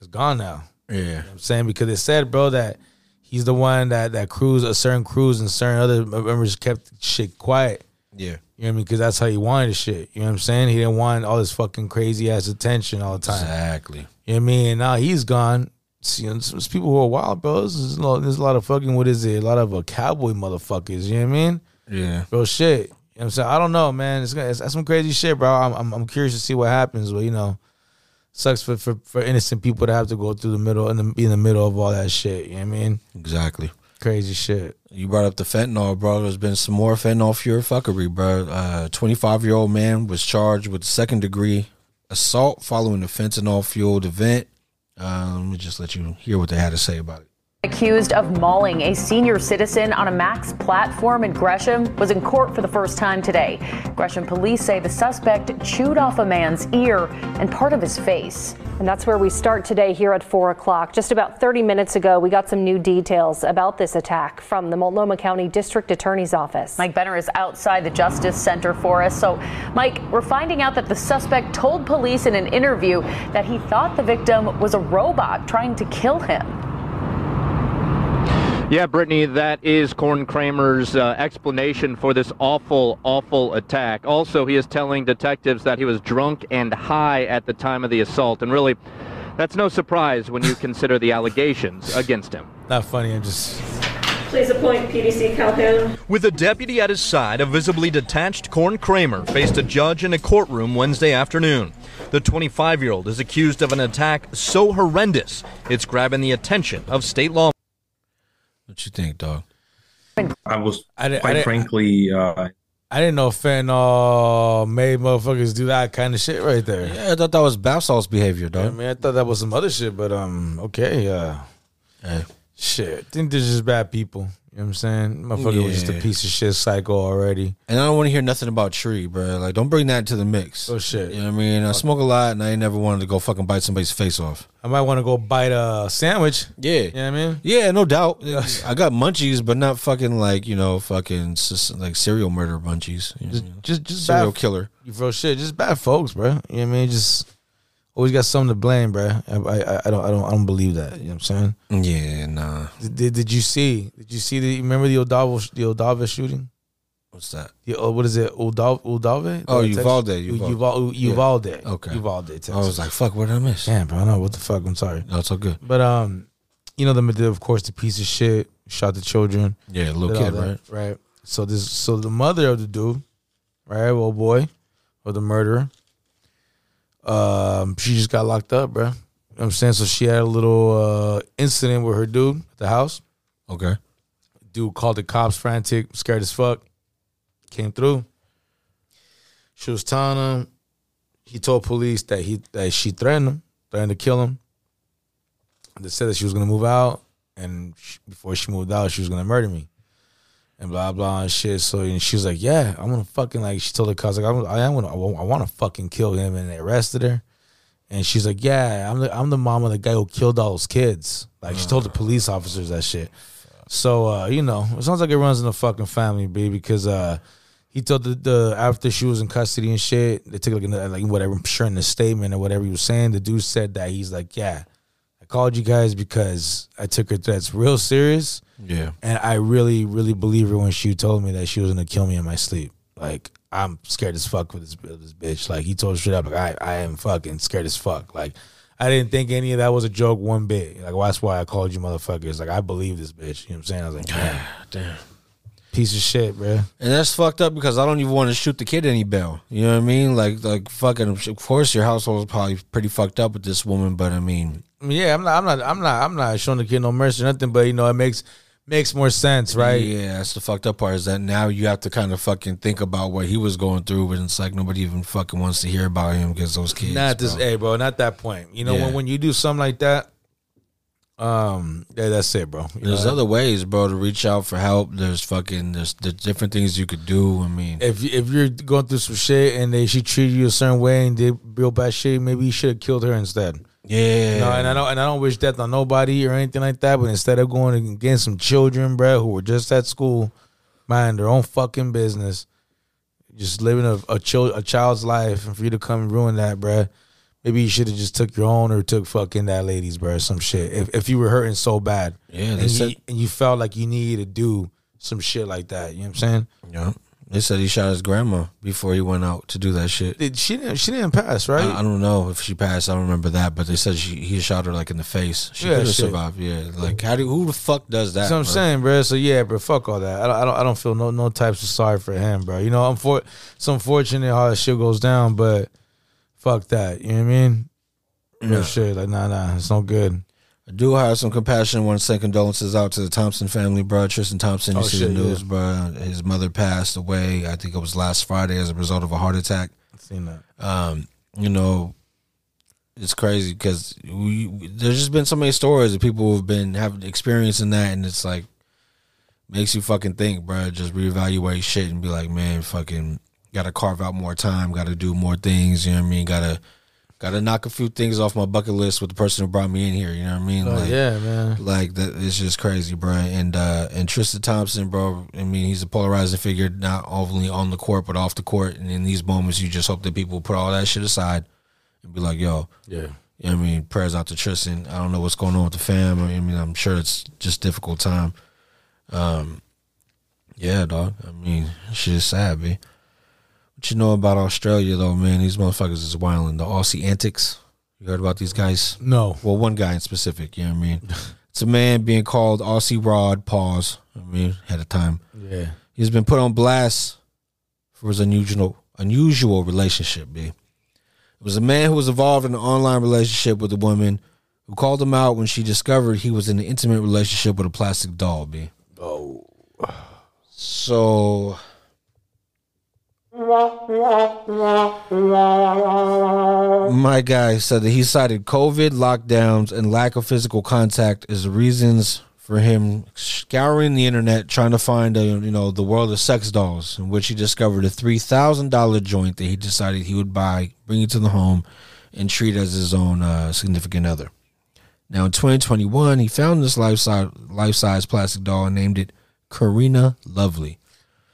is gone now. Yeah. I'm saying because they said, bro, that he's the one that that crews, a certain crews and certain other members kept shit quiet. Yeah. You know what I mean? Because that's how he wanted the shit. You know what I'm saying? He didn't want all this fucking crazy ass attention all the time. Exactly. You know what I mean? And now he's gone. See, you know, it's, it's people who are wild, bro. There's a, lot, there's a lot of fucking, what is it? A lot of uh, cowboy motherfuckers. You know what I mean? Yeah. Bro, shit. You know what I'm saying? I don't know, man. It's, gonna- it's that's some crazy shit, bro. I'm, I'm I'm curious to see what happens, but you know, sucks for, for, for innocent people to have to go through the middle and be in the middle of all that shit. You know what I mean? Exactly. Crazy shit. You brought up the fentanyl, bro. There's been some more fentanyl fury fuckery, bro. Uh, 25 year old man was charged with second degree assault following a fentanyl fueled event. Uh, let me just let you hear what they had to say about it. Accused of mauling a senior citizen on a max platform in Gresham was in court for the first time today. Gresham police say the suspect chewed off a man's ear and part of his face. And that's where we start today here at 4 o'clock. Just about 30 minutes ago, we got some new details about this attack from the Multnomah County District Attorney's Office. Mike Benner is outside the Justice Center for us. So, Mike, we're finding out that the suspect told police in an interview that he thought the victim was a robot trying to kill him. Yeah, Brittany, that is Corn Kramer's uh, explanation for this awful, awful attack. Also, he is telling detectives that he was drunk and high at the time of the assault. And really, that's no surprise when you consider the allegations against him. Not funny. I'm just Please appoint PDC Calhoun. With a deputy at his side, a visibly detached Corn Kramer faced a judge in a courtroom Wednesday afternoon. The 25 year old is accused of an attack so horrendous it's grabbing the attention of state law. What you think, dog? I was I didn't- I quite didn't- frankly, uh, I didn't know fentanyl uh, made motherfuckers do that kind of shit right there. Yeah, I thought that was Bassalt's behavior, I dog. mean, I thought that was some other shit, but um, okay, uh, Hey. shit. I think there's just bad people. You know what I'm saying? Motherfucker was just a Yeah. piece of shit psycho already. And I don't want to hear nothing about Tree, bro. Like, don't bring that into the mix. Oh, shit. You know what I mean? I smoke a lot and I ain't never wanted to go fucking bite somebody's face off. I might want to go bite a sandwich. Yeah. You know what I mean? Yeah, no doubt. (laughs) I got munchies, but not fucking like you know, fucking s- like serial murder munchies. You know? Just, just serial bad- killer. You feel shit. Just bad folks, bro. You know what I mean? Just always got something to blame, bro. I, I, I don't, I don't, I don't believe that. You know what I'm saying? Yeah, nah. Did, did, did you see? Did you see the? Remember the Odavo, the Odava shooting? What's that? The, uh, what is it? Udav, Udave? Oh, The Texas- Uvalde, U- Uvalde. Uval- U- Uvalde. Okay. Uvalde, Texas. I was like, fuck, what did I miss? damn, bro. I know what the fuck. I'm sorry. No, it's all good. But um, you know the, the of course the piece of shit shot the children. Yeah, little did all kid, that, right? Right. So this, so the mother of the dude, right, old boy, or the murderer, um, she just got locked up, bro. You know what I'm saying so she had a little uh incident with her dude at the house. Okay. Dude called the cops, frantic, scared as fuck. Came through. She was telling him. He told police that he that she threatened him, threatened to kill him. They said that she was gonna move out, and she, before she moved out, she was gonna murder me, and blah blah and shit. So and she was like, "Yeah, I'm gonna fucking like." She told the cops like, "I'm I am gonna I want to fucking kill him," and they arrested her. And she's like, "Yeah, I'm the I'm the mom of the guy who killed all those kids." Like she told the police officers that shit. So uh, you know, it sounds like it runs in the fucking family, B, because uh, he He told the, the after she was in custody and shit, they took like another, like whatever, I'm sure in the statement or whatever he was saying, the dude said that he's like, yeah, I called you guys because I took her threats real serious. Yeah. And I really, really believe her when she told me that she was gonna kill me in my sleep. Like I'm scared as fuck with this, with this bitch. Like he told her straight up, like I, I am fucking scared as fuck. Like I didn't think any of that was a joke one bit. Like well, that's why I called you motherfuckers. Like I believe this bitch. You know what I'm saying? I was like, damn, Ah, damn, piece of shit, bro. And that's fucked up because I don't even want to shoot the kid any bail. You know what I mean? Like, like fucking. Of course, your household is probably pretty fucked up with this woman, but I mean, I mean, yeah, I'm not, I'm not, I'm not, I'm not showing the kid no mercy or nothing. But you know, it makes makes more sense, right? Yeah, that's the fucked up part is that now you have to kind of fucking think about what he was going through, but it's like nobody even fucking wants to hear about him because those kids. not this, bro. hey, bro, not that point. You know, Yeah. when when you do something like that, um, yeah, that's it, bro. You There's know, other ways, bro, to reach out for help. There's fucking there's, there's different things you could do. I mean, if you- if you're going through some shit and they she treated you a certain way and did real bad shit, maybe you should have killed her instead. yeah, You know, and I don't and I don't wish death on nobody or anything like that. But instead of going against some children, bro, who were just at school, mind their own fucking business, just living a a, chil- a child's life, and for you to come and ruin that, bro, maybe you should have just took your own or took fucking that lady's, bro, or some shit. If if you were hurting so bad, Yeah, they and, said- you, and you felt like you needed to do some shit like that, you know what I'm saying? yeah. They said he shot his grandma before he went out to do that shit. Did she didn't she didn't pass right? I, I don't know if she passed. I don't remember that, but they said she he shot her like in the face. She Yeah, could have shit. survived. Yeah, like how do who the fuck does that? That's what I'm bro? saying, bro. So yeah, bro. Fuck all that. I don't, I don't. I don't feel no no types of sorry for him, bro. You know, I'm for. It's unfortunate how that shit goes down, but fuck that. You know what I mean? No Yeah. shit. Like nah, nah. It's no good. I do have some compassion. Want to send condolences out to the Thompson family, bro. Tristan Thompson, you Oh, see shit, the news, yeah. bro. His mother passed away. I think it was last Friday as a result of a heart attack. Seen that. um, you know, it's crazy because we, there's just been so many stories of people who've been having experiencing that, and it's like makes you fucking think, bro. Just reevaluate shit and be like, man, fucking got to carve out more time, got to do more things. You know what I mean? Got to got to knock a few things off my bucket list with the person who brought me in here. You know what I mean? Oh, yeah, man. Like that, it's just crazy, bro. And uh, and Tristan Thompson, bro. I mean, he's a polarizing figure, not only on the court but off the court. And in these moments, you just hope that people put all that shit aside and be like, yo, Yeah. you know what I mean, prayers out to Tristan. I don't know what's going on with the fam. I mean, I'm sure it's just difficult time. Um, yeah, dog. I mean, shit's sad, b. What you know about Australia though, man? These motherfuckers is wilding. The Aussie antics. You heard about these guys? No. Well, one guy in specific. You know what I mean? it's a man being called Aussie Rod. Pause. I mean, had a time. Yeah. He's been put on blast for his unusual unusual relationship, B. It was a man who was involved in an online relationship with a woman who called him out when she discovered he was in an intimate relationship with a plastic doll, B. Oh. So my guy said that he cited COVID lockdowns and lack of physical contact as the reasons for him scouring the internet trying to find a, you know the world of sex dolls, in which he discovered a three thousand dollar joint that he decided he would buy, bring it to the home, and treat as his own uh, significant other. Now in 2021, he found this life size life size plastic doll and named it Karina Lovely.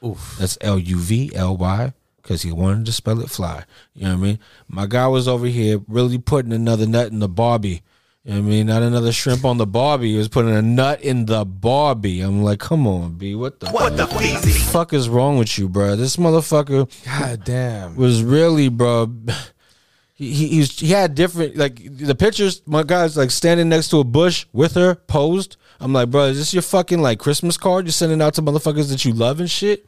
Oof. That's L U V L Y because he wanted to spell it fly. You know what I mean? My guy was over here really putting another nut in the Barbie. You know what I mean? Not another shrimp on the Barbie. He was putting a nut in the Barbie. I'm like, come on, B. What the, What the the fuck is wrong with you, bro? This motherfucker God damn. was really, bro. (laughs) He he he's, he had different like the pictures. My guy's like standing next to a bush with her posed. I'm like, bro, is this your fucking like Christmas card you're sending out to motherfuckers that you love and shit?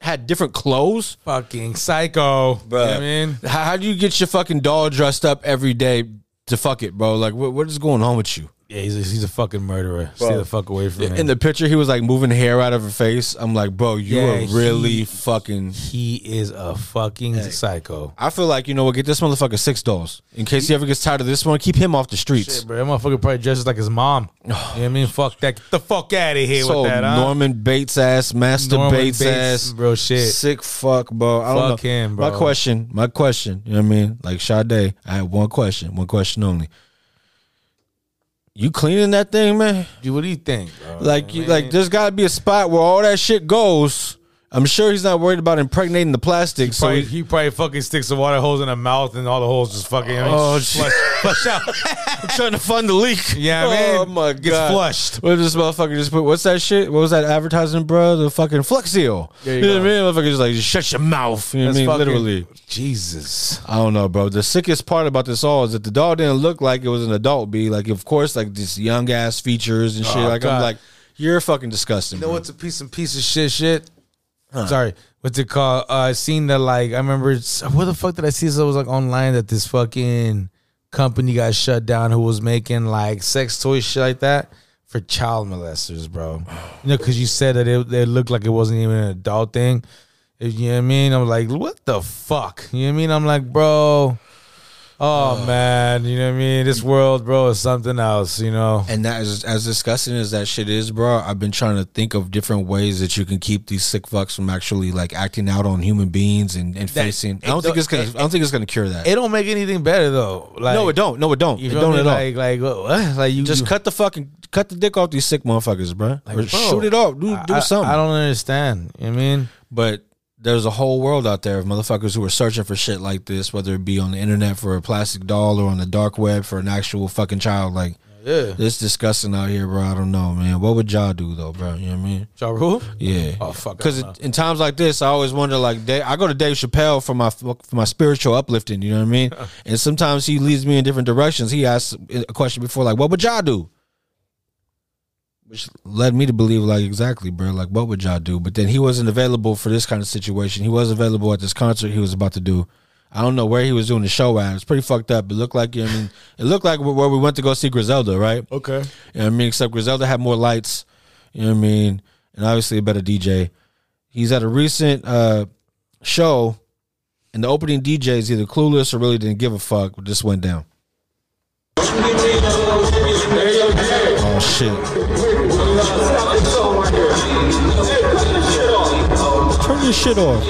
Had different clothes, Fucking psycho, bro. I mean, how, how do you get your fucking doll dressed up every day to fuck it, bro? Like, what, what is going on with you? yeah, he's a, he's a fucking murderer. Stay Bro. the fuck away from him. In the picture, he was like moving hair out of her face. I'm like, bro, you Yeah, are really he- fucking. he is a fucking psycho. I feel like you know what. Get this motherfucker six dolls in case he ever gets tired of this one. Keep him off the streets. Shit, bro. That motherfucker probably dresses like his mom. you know what I mean? Fuck that. Get the fuck out of here so with that, huh? Norman Bates ass, Master Norman Bates, Bates, ass, bro, shit. sick fuck, bro. I don't Fuck know. him, bro. My question, my question. You know what I mean? Like Sade, I had one question, one question only. You cleaning that thing, man? Dude, what do you think? bro? Like, you, like there's got to be a spot where all that shit goes, I'm sure he's not worried about impregnating the plastic. so Probably- he- he probably fucking sticks a water hose in her mouth and all the holes just fucking. I mean, Oh, flush, flush out. trying to fund the leak. (laughs) Yeah, I mean, oh my god, gets flushed. What this motherfucker just put? What's that shit? What was that advertising, bro? The fucking Flex Seal. There you know what I mean? Motherfucker just like just shut your mouth. You know what That's I mean? fucking- Literally. Jesus. I don't know, bro. The sickest part about this all is that the dog didn't look like it was an adult. Be like, of course, like this young ass features and shit. Oh, like I'm God. like, you're fucking disgusting. You know bro. what's a piece of piece of shit shit? Sorry, what's it called? Uh, I seen that like I remember it's, where the fuck did I see this? I was like online that this fucking company got shut down who was making like sex toy shit like that for child molesters, bro. You know, because you said that it, it looked like it wasn't even an adult thing. You know what I mean? I'm like, what the fuck? You know what I mean? I'm like, bro. Oh man, you know what I mean? This world, bro, is something else, you know. And that is as disgusting as that shit is, bro. I've been trying to think of different ways that you can keep these sick fucks from actually like acting out on human beings and, and That- facing. I don't think it's gonna. I don't think it's gonna cure that. It don't make anything better though. Like no, it don't. No, it don't. You It feel don't me? at all. like, Like, what, what? Like you Just you- cut the fucking cut the dick off these sick motherfuckers, bro. like, or bro, shoot it off. Do I- do I- something. I, don't understand. You know what I mean, but there's a whole world out there of motherfuckers who are searching for shit like this, whether it be on the internet for a plastic doll or on the dark web for an actual fucking child. Like, Yeah. it's disgusting out here, bro. I don't know, man. What would y'all do though, bro? You know what I mean? Ja Rule? Yeah. Oh fuck. I Because don't know. in times like this, I always wonder. Like, Dave, I go to Dave Chappelle for my for my spiritual uplifting. You know what I (laughs) mean? and sometimes he leads me in different directions. He asks a question before, like, "What would y'all do?" Which led me to believe, like, exactly, bro. Like, what would y'all do? But then he wasn't available for this kind of situation. He was available at this concert he was about to do. I don't know where he was doing the show at. It was pretty fucked up. It looked like, I mean, it looked like where we went to go see Griselda, right? okay. You know what I mean? Except Griselda had more lights. You know what I mean? And obviously a better DJ. He's at a recent uh, show, and the opening DJ is either clueless or really didn't give a fuck, but just went down. Oh shit. Turn your shit off.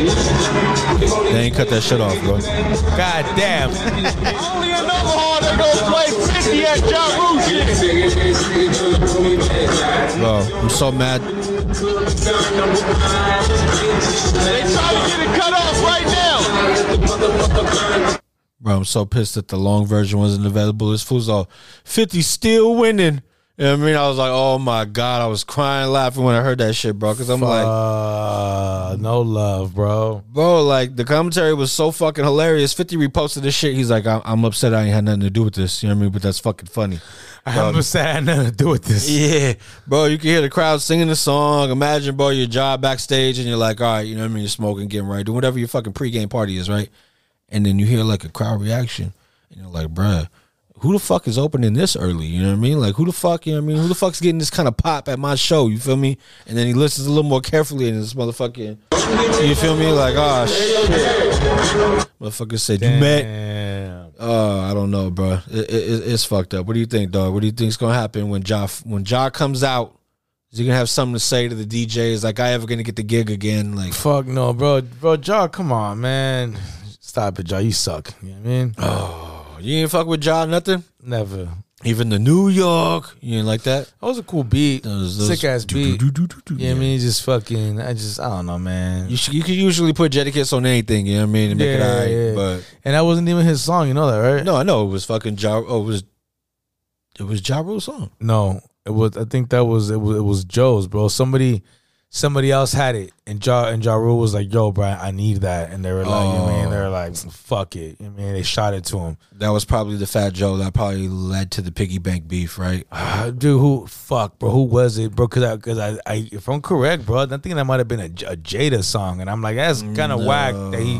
They ain't cut that shit off, bro. God damn. Bro, I'm so mad. Bro, I'm so pissed that the long version wasn't available. This fool's all 50 still winning. You know what I mean? I was like, oh my God. I was crying laughing when I heard that shit, bro. Cause I'm like, Uh, no love, (laughs) bro. bro, like the commentary was so fucking hilarious. 50 reposted this shit. He's like, I'm, I'm upset I ain't had nothing to do with this. You know what I mean? But that's fucking funny. I'm upset I had nothing to do with this. (laughs) Yeah, bro, you can hear the crowd singing the song. Imagine, bro, your job backstage and you're like, all right, you know what I mean? You're smoking, getting right, doing whatever your fucking pregame party is, right? And then you hear like a crowd reaction and you're like, bruh, who the fuck is opening this early? You know what I mean? Like, who the fuck, you know what I mean? Who the fuck's getting this kind of pop at my show? You feel me? And then he listens a little more carefully and this motherfucking, you feel me? Like, oh, shit. Motherfucker said, you mad? Damn. Uh, I don't know, bro. It, it, it- it's fucked up. What do you think, dog? What do you think's gonna happen when Ja when Ja comes out? Is he gonna have something to say to the DJs? Like, I ever gonna get the gig again? Like, Fuck no, bro. Bro, Ja, come on, man. Stop it, Ja. You suck. You know what I mean? Uh. you ain't fuck with Ja nothing. Never. Even the New York, you ain't like that. That was a cool beat. Those- those- Sick ass beat. Do-do-do-do-do-do. Yeah, I mean, it's just fucking. I just, I don't know, man. You should, you could usually put Jetiquette on anything. You know what I mean? And make it alright. But and that wasn't even his song. You know that, right? no, I know it was fucking Ja. Oh, it was it was Ja Rule's song. No, it was. I think that was it. Was it was Joe's, bro? Somebody, somebody else had it, and Ja and Ja Rule was like, "Yo, bro, I need that," and they were like, you know what I mean, they were like, "Fuck it," you know what I mean, they shot it to him. (sighs) That was probably the Fat Joe that probably led to the piggy bank beef, right? Ah, Dude, who fuck, bro? Who was it, bro? Because I, because I, I, if I'm correct, bro, I think that might have been a, J- a Jada song, and I'm like, that's kind of whack that he,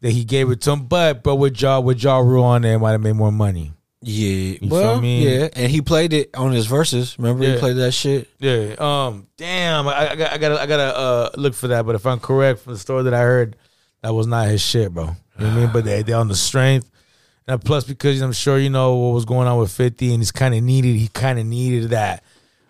that he gave it to him. But, but with Ja, with Ja Rule on there, it might have made more money. Yeah, feel well, me? yeah, and he played it on his verses. Remember, he Yeah. played that shit. Yeah. Um. Damn. I, I, got- I gotta. I gotta uh, look for that. But if I'm correct from the story that I heard, that was not his shit, bro. You know what I mean? But they they on the strength, and plus because I'm sure you know what was going on with Fifty, and he's kind of needed. He kind of needed that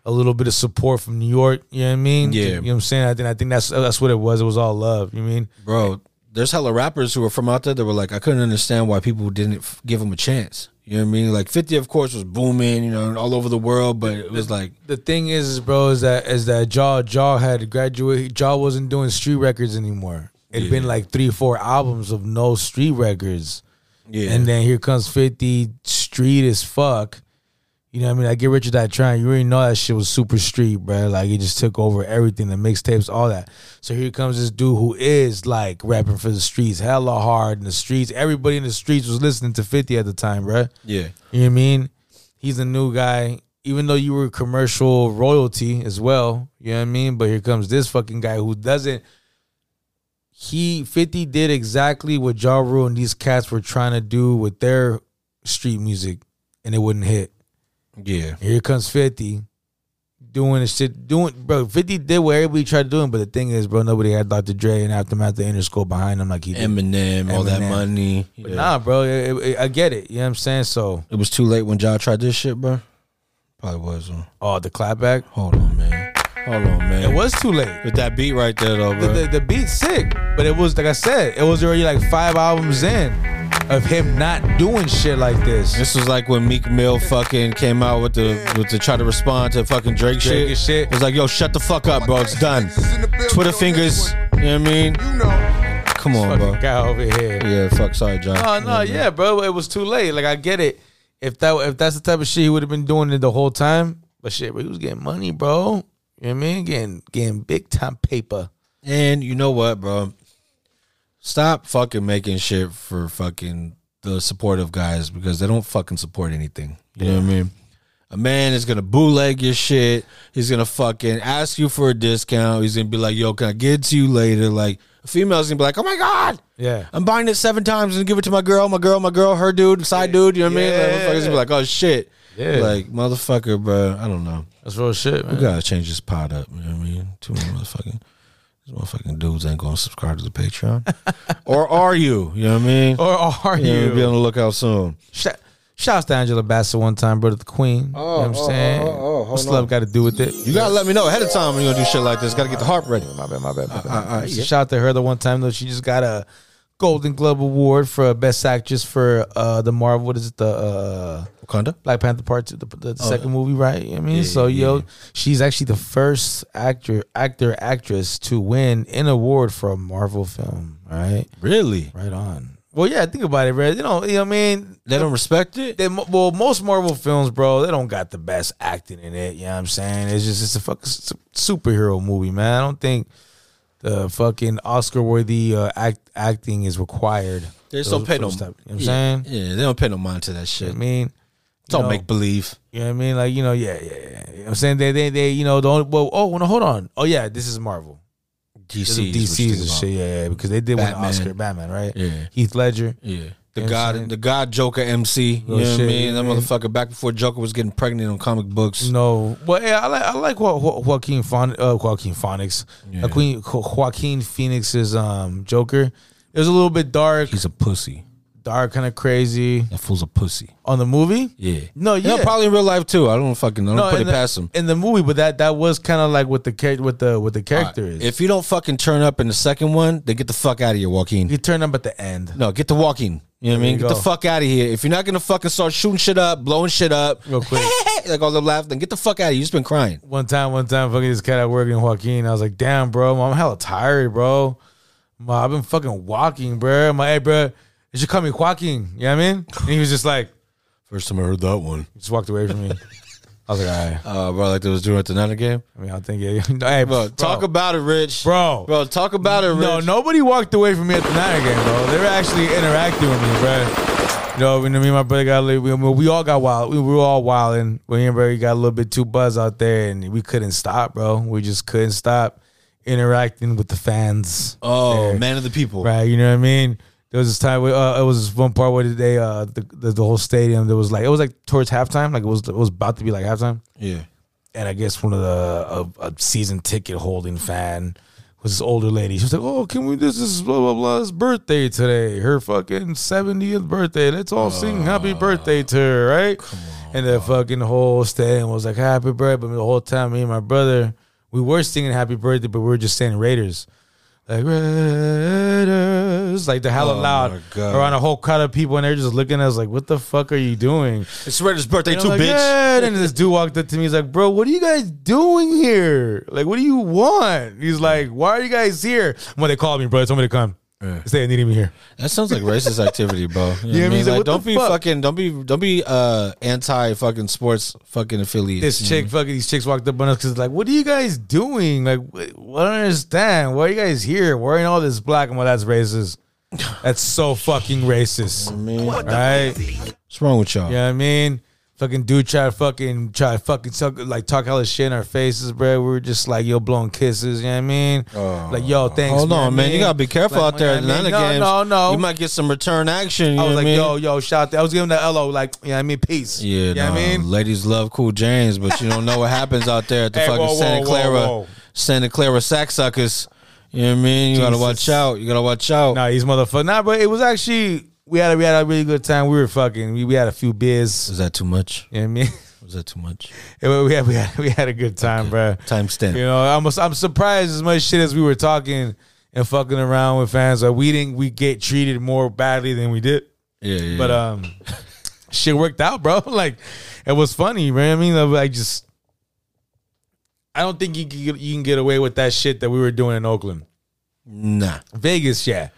a little bit of support from New York. You know what I mean? Yeah. You know what I'm saying? I think I think that's that's what it was. It was all love. You know what I mean? Bro, there's hella rappers who are from out there that were like, I couldn't understand why people didn't f- give him a chance. You know what I mean? Like 50, of course, was booming, you know, all over the world, but it was like, The thing is, is, bro, is that is that Jaw Jaw had graduated. Jaw wasn't doing street records anymore. It'd been like three, four albums of no street records. Yeah. And then here comes Fifty Street as fuck. You know what I mean? Like get rich or die trying. You already know that shit was super street, bro. Like it just took over everything, the mixtapes, all that. So here comes this dude who is like rapping for the streets, hella hard in the streets. Everybody in the streets was listening to Fifty at the time, bro. yeah. You know what I mean? He's a new guy. Even though you were commercial royalty as well, you know what I mean? But here comes this fucking guy who doesn't. He 50 did exactly what Ja Rule and these cats were trying to do with their street music and it wouldn't hit. Yeah. Here comes 50 doing the shit doing bro, 50 did what everybody tried doing, but the thing is, bro, nobody had Dr. Dre and aftermath the Interscope behind him like he did. Eminem, all that Eminem. money. But Yeah. nah, bro, it- it- I get it. You know what I'm saying? So It was too late when Ja tried this shit, bro. Probably was. Huh? Oh, the clapback? Hold on, man. Hold on, man. It was too late. With that beat right there, though, The, bro. the, the beat's sick, but it was like I said, it was already like five albums in of him not doing shit like this. This was like when Meek Mill fucking came out with the with the try to respond to fucking Drake, Drake shit. and shit. It was like, yo, shut the fuck up, bro. It's done. Twitter fingers. You know what I mean? Come on, bro. Fucking guy over here. Yeah, fuck. Sorry, John. No, no, yeah, bro, it was too late. Like I get it. If that if that's the type of shit he would have been doing it the whole time, but shit, but he was getting money, bro. You know what I mean? Getting getting big time paper. And you know what, bro? Stop fucking making shit for fucking the supportive guys because they don't fucking support anything. You know what I mean? A man is gonna bootleg your shit. He's gonna fucking ask you for a discount. He's gonna be like, "Yo, can I get it to you later?" Like a female's gonna be like, "Oh my god, Yeah. I'm buying it seven times and give it to my girl, my girl, my girl, her dude, side dude." You know what I mean? Like, Yeah. motherfuckers gonna be like, "Oh shit." Yeah. Like motherfucker, bro. I don't know. That's real shit, We man. gotta change this pod up. You know what I mean? Too many motherfucking these motherfucking dudes ain't gonna subscribe to the (laughs) Patreon. or are you? You know what I mean? Or are Yeah, you? be on the lookout soon. Shout, shouts to Angela Bassett one time, brother, the queen. Oh, you know what I'm saying? oh, oh, hold What's love got to do with it? You gotta let me know ahead of time when you gonna do shit like this. Gotta get the harp ready. My bad, my bad. My bad. uh, yeah. Shout out to her the one time though. She just got a Golden Globe Award for Best Actress for uh, the Marvel. What is it? The uh, Wakanda? Black Panther Part Two, the, the Oh, second movie, right? You know what I mean, so yo, she's actually the first actor, actor, actress to win an award for a Marvel film. All right, Really? right on. Well, yeah, think about it, bro. You know, you know what I mean. They don't respect it? They, mo- well, most Marvel films, bro, they don't got the best acting in it. You know what I'm saying? It's just it's a fucking s- superhero movie, man. I don't think the fucking Oscar worthy uh, act acting is required. They just For don't pay no those type- You know what I'm yeah, saying? Yeah, they don't pay no mind to that shit. I mean, It's you all know, make believe. You know what I mean? Like you know, yeah, yeah, yeah. You know what I'm saying they, they, they, you know, the only well, oh, no, hold on, oh yeah, this is Marvel, This DC is DC's and shit, yeah, yeah, because they did win an Batman. Oscar, Batman, right? Yeah. Heeth Ledger, Yeah. The You know what I'm saying? God the God Joker MC. You know Real what I shit, mean? you That know what I motherfucker back before Joker was getting pregnant on comic books. No, well, yeah, I like I like jo- jo- Joaquin Fon- uh, Joaquin Phoenix, Yeah. Joaquin, jo- Joaquin Phoenix's um Joker. It was a little bit dark, He's a pussy. dark, kind of crazy That fool's a pussy. on the movie. Yeah. No, Yeah, yeah, probably in real life too. I don't fucking know. I don't no, put it in the, past him. in the movie, but that that was kind of like what the char- what the what the character is. If you don't fucking turn up in the second one, then get the fuck out of here, Joaquin. you turn up at the end, No, get to walking. You know what I mean? you Get the go. fuck out of here. If you're not gonna fucking start shooting shit up, blowing shit up, Real (laughs) quick. like all the laughing, then get the fuck out of here. You just been crying. one time, one time, fucking this cat at work in Joaquin. I was like, damn, bro, I'm hella tired, bro. Ma, I've been fucking walking, bro. My, hey, bro, you should call me Joaquin. You know what I mean? And he was just like, First time I heard that one. just walked away from me. I was like, all right. Uh, bro, like they was doing at the Niner game. I mean, I think, yeah. (laughs) Hey, Bro, bro, talk about it, Rich. Bro. bro, talk about it, Rich. No, nobody walked away from me at the Niner game, bro. They were actually interacting with me, bro. You know, when me and my brother got a little, we, we all got wild. We, we were all wild, and we and brother got a little bit too buzzed out there, and we couldn't stop, bro. We just couldn't stop interacting with the fans. Oh, there. man of the people. Right, you know what I mean? There was this time where uh, it was this one part where they uh the, the, the whole stadium there was like it was like towards halftime, like it was it was about to be like halftime Yeah. and I guess one of the a, a season ticket holding fan was this older lady. She was like, "Oh, can we? This is blah blah blah's birthday today. Her fucking seventieth birthday. Let's all sing happy birthday to her, right?" and the fucking whole stadium was like, "Happy birthday!" But the whole time, me and my brother, we were singing "Happy Birthday," but we were just saying Raiders. Like Raiders, like the hella Oh, my loud God. around a whole crowd of people, and they're just looking at us like, "What the fuck are you doing?" It's Redder's birthday And I'm too, like, bitch. "Yeah." And this dude walked up to me. He's like, "Bro, what are you guys doing here? Like, what do you want?" He's like, "Why are you guys here?" When they called me, bro, they told me to come. They say I needed me here. That sounds like racist activity, bro. You Yeah, know what I I mean, mean? he's like, Like, what the don't be fuck? fucking, don't be, don't be uh anti fucking sports fucking affiliates. This you know? chick, fucking these chicks walked up on us because like, what are you guys doing? Like, wh- I don't understand. Why are you guys here wearing all this black? And well, that's racist. That's so fucking racist. right? What's wrong with y'all? You know what I mean? Fucking dude try to fucking try to fucking talk, like talk hella shit in our faces, bro. We were just like yo blowing kisses, you know what I mean? like yo, thanks. you Hold know on, what man. I You mean? gotta be careful Like, out there. you in know what I Atlanta mean? games, No, no, no. you might get some return action. You I was like, know what I mean? yo, yo, shout out. I was giving the LO, like, you know what I mean? Peace. Yeah, You know nah, what I mean? ladies love Cool James, but you don't know what happens out there at the Hey, fucking whoa, whoa, Santa whoa, Clara, whoa. Santa Clara sack suckers. You know what I mean? You gotta Jesus. watch out. You gotta watch out. Nah, he's motherfucker. Nah, but it was actually we had a, we had a really good time. We were fucking. We, we had a few beers. Is that too much? You know what I mean? (laughs) Was that too much? And we had we had we had a good time, bro. Time stamp. You know, I'm I'm surprised as much shit as we were talking and fucking around with fans. Like we didn't we get treated more badly than we did. Yeah, yeah. But um, shit worked out, bro. (laughs) Like it was funny, man. I mean, I like, just I don't think you can, you can get away with that shit that we were doing in Oakland. Nah. Vegas, yeah.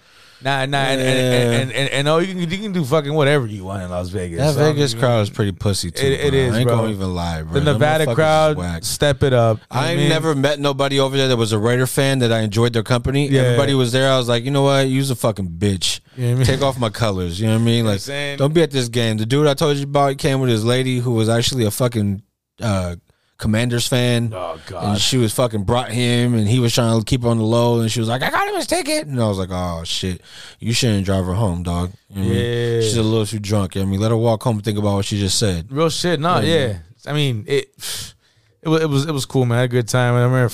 Nah, nah, and, and, and, and, and, and oh, you can you can do fucking whatever you want in Las Vegas. That So, I Vegas mean, crowd is pretty pussy too. It- it bro. is, I ain't bro. gonna even lie, bro. The Them motherfuckers Nevada is crowd, whack. step it up. I mean, never met nobody over there that was a Raider fan that I enjoyed their company. Yeah. Everybody was there. I was like, you know what? You's a fucking bitch. You know what I mean? Take off my colors. You know what I mean? Like, saying? don't be at this game. The dude I told you about came with his lady who was actually a fucking uh, Commanders fan. Oh And god. she was fucking brought him, and he was trying to keep her on the low, and she was like, "I got him his ticket," and I was like, "Oh shit, you shouldn't drive her home, dog." You know what I mean? Yeah. she's a little too drunk. You know what I mean, let her walk home and think about what she just said. Real shit. Nah, yeah. I mean, it it was, it was it was cool, man. I had a good time. I remember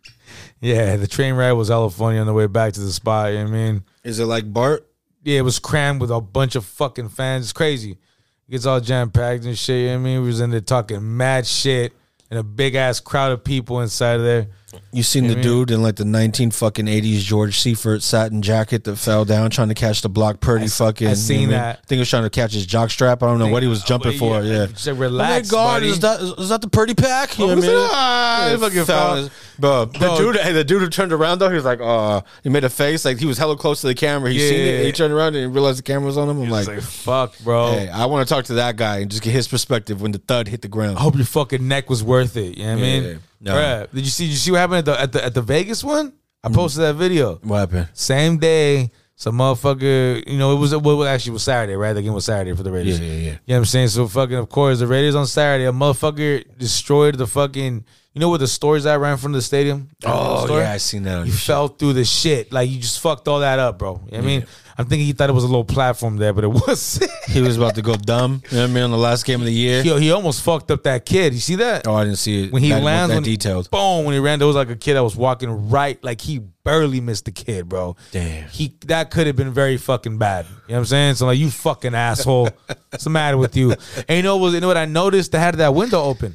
(laughs) Yeah, the train ride was hella funny on the way back to the spot, you know what I mean? Is it like Bart? Yeah, it was crammed with a bunch of fucking fans. It's crazy. It gets all jam packed and shit, you know what I mean? We was in there talking mad shit and a big ass crowd of people inside of there. You seen the dude in like the nineteen fucking eighties George Seifert satin jacket that fell down trying to catch the block Purdy fucking. I you know seen what I mean? that. I think he was trying to catch his jock strap. I don't know what he was jumping yeah, for. Yeah. Oh Said, my relax. God, buddy." Oh, is that is, that the Purdy pack? You know what I mean? Ah, Yeah, he fucking fell. fell. Bro, the Bro. dude, hey, the dude who turned around though, he was like, "Uh," he made a face like he was hella close to the camera. He seen it. Yeah. He turned around and he realized the camera was on him. I'm It's like, like, fuck, bro. "Hey, I want to talk to that guy and just get his perspective when the thud hit the ground." I hope your fucking neck was worth it. You know what I Yeah, mean? yeah. No. Bruh, did you see did you see what happened at the at the at the Vegas one? I Mm. posted that video. What happened? Same day, some motherfucker, you know, it was well, actually it was Saturday, right? The game was Saturday for the Raiders. Yeah, yeah, yeah. You know what I'm saying? So fucking of course the Raiders on Saturday, a motherfucker destroyed the fucking you know where the stores that ran from the stadium? The Oh store? yeah, I seen that. On You your fell through the shit. Like you just fucked all that up, bro. You know what I mean? I'm thinking he thought it was a little platform there, but it (laughs) wasn't. he was about to go dumb. You know what I mean? On the last game of the year. Yo, he almost fucked up that kid. You see that? Oh, I didn't see it. when he that, lands that on detailed. boom when he ran there was like a kid that was walking right like he barely missed the kid bro Damn. he that could have been very fucking bad you know what i'm saying so like you fucking asshole what's the matter with you and you know what you know what i noticed they had that window open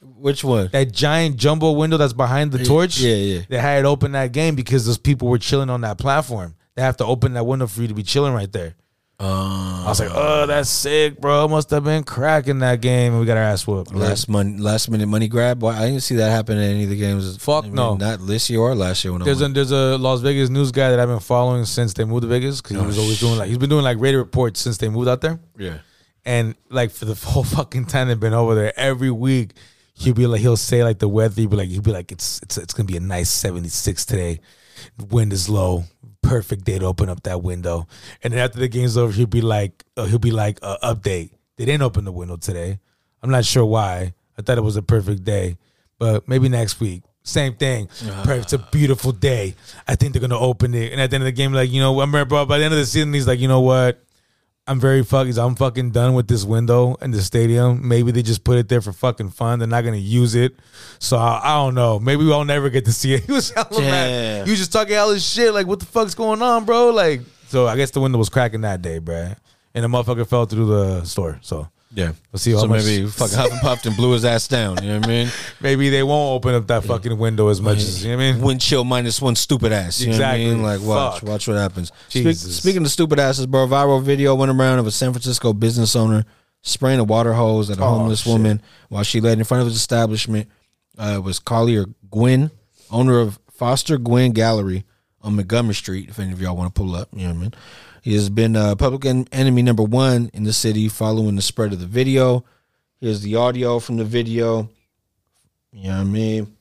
Which one? that giant jumbo window that's behind the torch yeah, yeah. they had it open that game because those people were chilling on that platform they have to open that window for you to be chilling right there Uh, I was like, oh, that's sick, bro. Must have been cracking that game, and we got our ass whooped. Last month, last minute money grab. Why I didn't see that happen in any of the games. Fuck I no. not this year or last year. When There's I a there's a Las Vegas news guy that I've been following since they moved to Vegas because he was always doing like he's been doing like Raider reports since they moved out there, yeah, and like for the (laughs) whole fucking time they've been over there, every week he'll be like he'll say like the weather, he'll be like he'll be like it's it's it's gonna be a nice 76 today, wind is low, perfect day to open up that window, and then after the game's over he'll be like uh, he'll be like uh, update they didn't open the window today, I'm not sure why I thought it was a perfect day, but maybe next week. Same thing. Bro, it's a beautiful day. I think they're gonna open it. And at the end of the game, like you know, I remember bro, by the end of the season, he's like, you know what? I'm very fuck. he's- I'm fucking done with this window and the stadium. Maybe they just put it there for fucking fun. They're not gonna use it. So I, I don't know. Maybe we'll never get to see it. (laughs) He was hella Damn. mad. He was just talking all this shit. Like, what the fuck's going on, bro? Like, so I guess the window was cracking that day, bruh. And the motherfucker fell through the store. So Yeah. Let's see how so much- (laughs) maybe fucking Hufflepuff and blew his ass down. You know what I mean? Maybe they won't open up that fucking window as much as you know what I mean. Wind chill minus one stupid ass. You Exactly. know what I mean? Like watch, Fuck. watch what happens. Speak- Jesus. speaking of stupid asses, bro, a viral video went around of a San Francisco business owner spraying a water hose at a Oh, homeless woman while she laid in front of his establishment. Uh, it was Collier Gwynn, owner of Foster Gwynn Gallery on Montgomery Street. If any of y'all want to pull up, you know what I mean. He has been uh, public en- enemy number one in the city following the spread of the video. Here's the audio from the video. You know what I mean?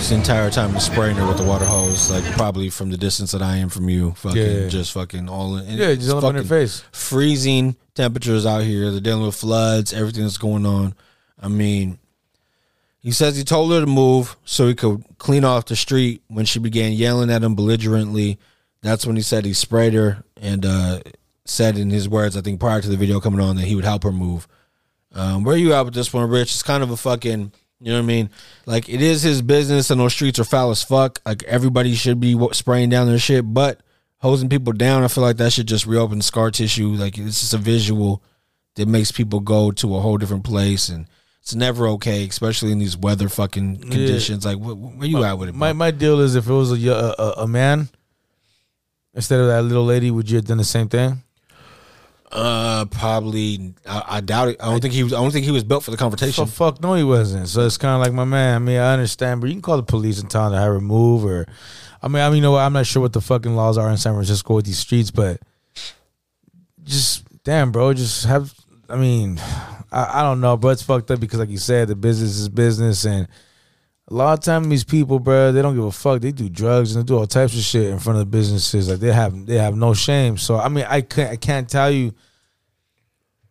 This entire time I'm spraying her with the water hose, like probably from the distance that I am from you, fucking Yeah. just fucking all in. Yeah, just it's all up in her fucking face. Freezing temperatures out here. They're dealing with floods, everything that's going on. I mean, he says he told her to move so he could clean off the street when she began yelling at him belligerently. That's when he said he sprayed her and uh, said in his words, I think prior to the video coming on, that he would help her move. Um, where you at with this one, Rich? It's kind of a fucking, you know what I mean? Like, it is his business and those streets are foul as fuck. Like, everybody should be wa- spraying down their shit, but hosing people down, I feel like that should just reopen scar tissue. Like, it's just a visual that makes people go to a whole different place and it's never okay, especially in these weather fucking conditions. Like, wh- wh- where you at with it? My my deal is if it was a y- a, a- a man instead of that little lady, would you have done the same thing? Uh, probably. I, I doubt it. I don't think he was. I don't think he was built for the So confrontation. fuck no, he wasn't. So it's kind of like my man. I mean, I understand, but you can call the police and tell them to have her move or, I mean, I mean, you know, what, I'm not sure what the fucking laws are in San Francisco with these streets, but just damn, bro, just have. I mean, I, I don't know, bro. It's fucked up because, like you said, the business is business, and a lot of time these people, bro, they don't give a fuck. They do drugs and they do all types of shit in front of the businesses. Like they have, they have no shame. So I mean, I can't, I can't tell you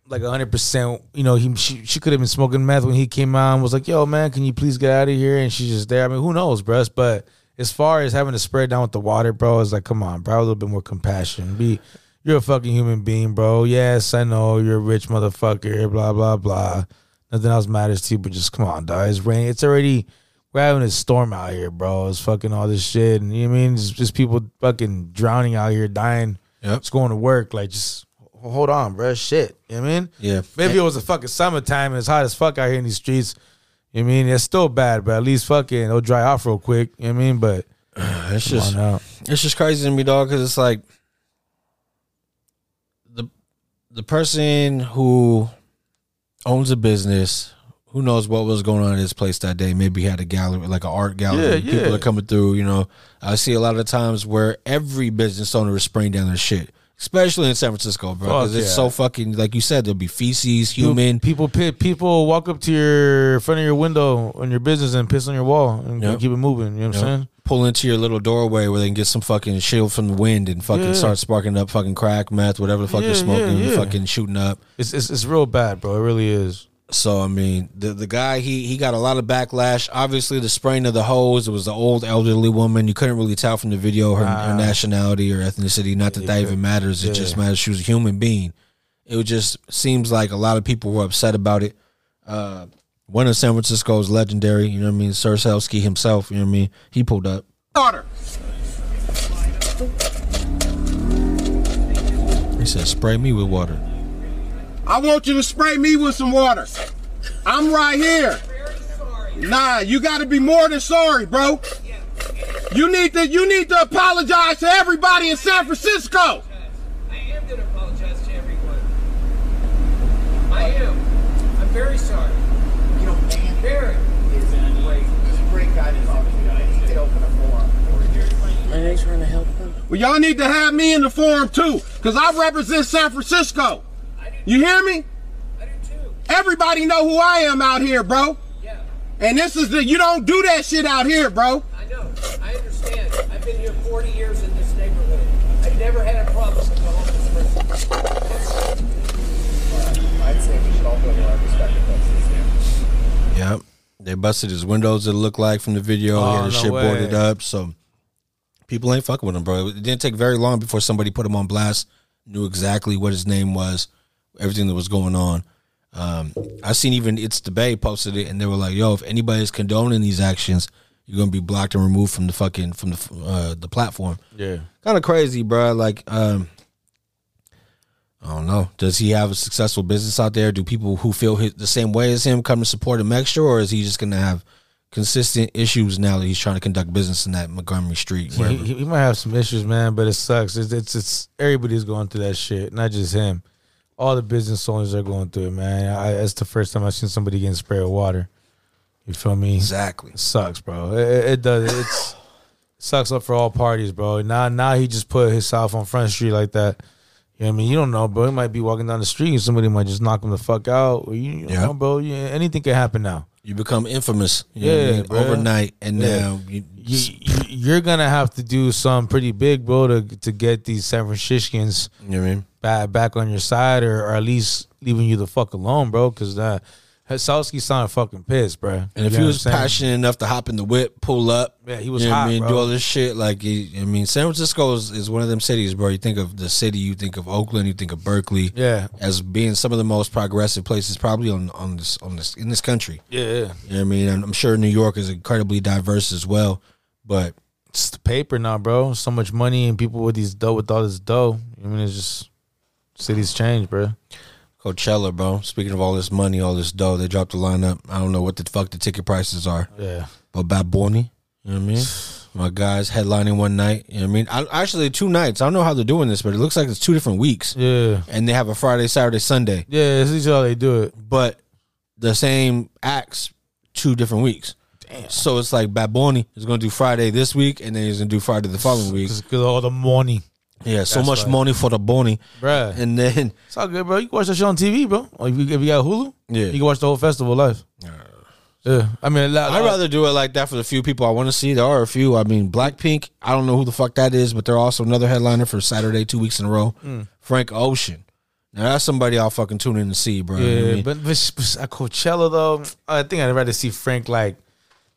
like hundred percent. You know, he she, she could have been smoking meth when he came out and was like, "Yo, man, can you please get out of here?" And she's just there. I mean, who knows, bruh? But as far as having to spray it down with the water, bro, it's like, come on, bro, a little bit more compassion. Be you're a fucking human being, bro. Yes, I know you're a rich motherfucker. Blah blah blah. Nothing else matters to you, but just come on, dog. It's rain. It's already we're having a storm out here, bro. It's fucking all this shit, and you know what I mean it's just people fucking drowning out here, dying. Yep. It's going to work. Like just hold on, bro. Shit. You know what I mean? Yeah. Maybe it was the fucking summertime and it's hot as fuck out here in these streets. You know what I mean? It's still bad, but at least fucking it'll dry off real quick. You know what I mean? But It's come just. on out. It's just crazy to me, dog. Because it's like the the person who owns a business. Who knows what was going on in his place that day? Maybe he had a gallery, like an art gallery. Yeah, People yeah. are coming through. You know, I see a lot of times where every business owner is spraying down their shit, especially in San Francisco, bro. Because Fuck it's yeah. so fucking like you said, there'll be feces, human, People pi- people walk up to your front of your window on your business and piss on your wall and Yep. keep it moving. You know what I'm saying? pull into your little doorway where they can get some fucking shield from the wind and fucking Yeah. start sparking up fucking crack, meth, whatever the fuck Yeah, you're smoking, yeah, yeah. fucking shooting up. It's, it's it's real bad, bro. It really is. So I mean, the the guy he he got a lot of backlash. Obviously, the spraying of the hose it was the old elderly woman. You couldn't really tell from the video her, her nationality or ethnicity. Not that that even matters. It just matters she was a human being. It just seems like a lot of people were upset about it. Uh, one of San Francisco's legendary, you know what I mean, Serselsky himself. You know what I mean. He pulled up. daughter. He said, "Spray me with water." I want you to spray me with some water. I'm right here. Nah, you got to be more than sorry, bro. You need to you need to apologize to everybody in San Francisco. I am going to apologize to everyone. I am. I'm very sorry. You know, man, Barry is great. He's a great guy. He's He could open a forum. Are they trying to help them? Well, y'all need to have me in the forum too, cause I represent San Francisco. You hear me? I do too. Everybody know who I am out here, bro. Yeah. And this is the you don't do that shit out here, bro. I know. I understand. I've been here 40 years in this neighborhood. I never had a problem with a homeless person. I'd say we should all go to our respective places. Yep. They busted his windows, it looked like from the video. he Oh, had his no shit way. boarded up. So people ain't fucking with him, bro. It didn't take very long before somebody put him on blast, knew exactly what his name was, everything that was going on. Um, I seen even it's the Bay posted it, and they were like, "Yo, if anybody's condoning these actions, you're gonna be blocked and removed from the fucking from the uh, the platform." Yeah. kind of crazy, bro. Like, um, I don't know. Does he have a successful business out there? Do people who feel his, the same way as him come to support him extra, or is he just gonna have consistent issues now that he's trying to conduct business in that Montgomery Street? He, Wherever? he- he might have some issues, man, but it sucks. It's, it's it's everybody's going through that shit, not just him. All the business owners are going through it, man. I, that's the first time I've seen somebody getting sprayed with water. You feel me? Exactly. It sucks, bro. It, it- it does. It's sucks up for all parties, bro. Now now he just put himself on Front Street like that. You know what I mean? You don't know, bro. He might be walking down the street and somebody might just knock him the fuck out. You, you don't Yeah. know, bro. You, anything can happen now. You become infamous, you know what I mean, bro. overnight, and Yeah. now you, you, you- you're gonna have to do some pretty big, bro, to to get these San Franciscans you know what I mean? back back on your side, or, or at least leaving you the fuck alone, bro. Because that Hasowski sounded fucking pissed, bro. And if You he know was what I'm saying? passionate enough to hop in the whip, pull up, Yeah, he was you know what hot, I mean, bro. do all this shit. Like, he- I mean, San Francisco is, is one of them cities, bro. You think of the city, you think of Oakland, you think of Berkeley, Yeah. as being some of the most progressive places probably on on this on this in this country. Yeah, yeah. You know what I mean, I'm, I'm sure New York is incredibly diverse as well, but it's the paper now, bro. So much money and people with these dough with all this dough. I mean, it's just cities change, bro. Coachella, bro. Speaking of all this money, all this dough, they dropped the lineup. I don't know what the fuck the ticket prices are. Yeah. But Bad Bunny, you know what (sighs) I mean? My guys headlining one night. You know what I mean? I, actually, two nights. I don't know how they're doing this, but it looks like it's two different weeks. Yeah. And they have a Friday, Saturday, Sunday. Yeah, this is how they do it. But the same acts, two different weeks. Damn. So it's like Bad Bunny is going to do Friday this week, and then he's going to do Friday the following week. Because all the money. Yeah, so That's much right. money for the Bunny. Bruh. And then It's all good, bro. You can watch that shit on TV, bro. Or if you, if you got Hulu, Yeah. you can watch the whole festival live. Yeah, I mean, I'd rather do it like that for the few people I want to see. There are a few. I mean, Blackpink. I don't know who the fuck that is, but they're also another headliner for Saturday two weeks in a row. Mm. Frank Ocean. Now that's somebody I'll fucking tune in to see, bro. You know what I Yeah, mean? but, but, but at Coachella though, I think I'd rather see Frank like,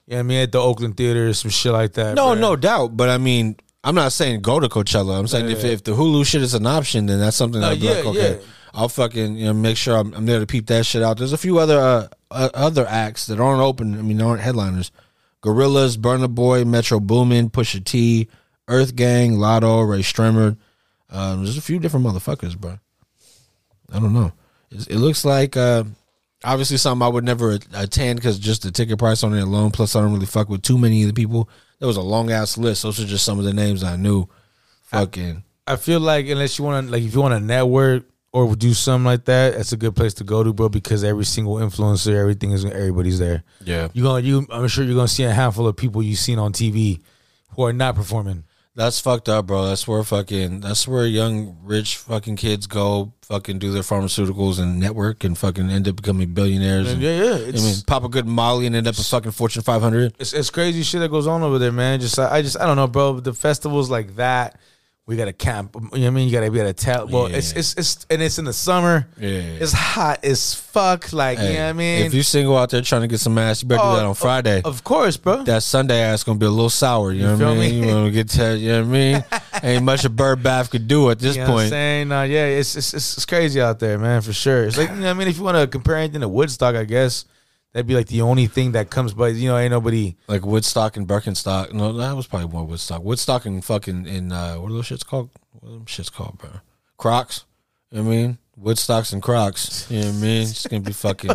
yeah, I mean at the Oakland Theater, or some shit like that. no, bruh. no doubt. But I mean, I'm not saying go to Coachella. I'm saying if, Yeah. if the Hulu shit is an option, then that's something No, I'd be like, Uh, yeah, okay, yeah. I'll fucking you know make sure I'm, I'm there to peep that shit out. There's a few other uh, uh, other acts that aren't open. I mean, aren't headliners. Gorillas, Burner Boy, Metro Boomin, Pusha T, Earth Gang, Lotto, Ray Stremmerd. Um, there's a few different motherfuckers, bro. I don't know. It's, it looks like uh, obviously something I would never at- attend because just the ticket price on it alone. Plus, I don't really fuck with too many of the people. There was a long ass list. Those are just some of the names I knew. Fucking I feel like unless you want to, like, if you want to network or do something like that, that's a good place to go to, bro. Because every single influencer, everything is everybody's there. Yeah. you gonna you. I'm sure you're gonna see a handful of people you've seen on TV who are not performing. that's fucked up, bro. That's where fucking that's where young rich fucking kids go fucking do their pharmaceuticals and network and fucking end up becoming billionaires. Yeah, and- yeah, yeah. Mm. I It's- mean, pop a good Molly and end up a fucking Fortune 500. It's, it's crazy shit that goes on over there, man. Just I, I just I don't know, bro. The festivals like that, we got to camp. You know what I mean? You got to be able to tell. Well, it's it's it's and it's in the summer. Yeah. It's hot as fuck. Like you know what I mean? If you single out there trying to get some ass, you better Oh, do that on of- Friday. of course, bro. That Sunday ass gonna be a little sour. You, know what I feel mean? me? You wanna get to, you know what I (laughs) mean? Ain't much a bird bath could do at this You know what I'm point. saying? No, yeah, it's, it's it's it's crazy out there, man, for sure. It's like you know, what I mean, if you want to compare anything to Woodstock, I guess that'd be like the only thing that comes. But you know, ain't nobody Like Woodstock and Birkenstock. No, that was probably more Woodstock. Woodstock and fucking in uh, what are those shits called? What are them shits called, bro? Crocs. You know what I mean? Woodstocks and Crocs. You know what I mean? It's gonna be fucking.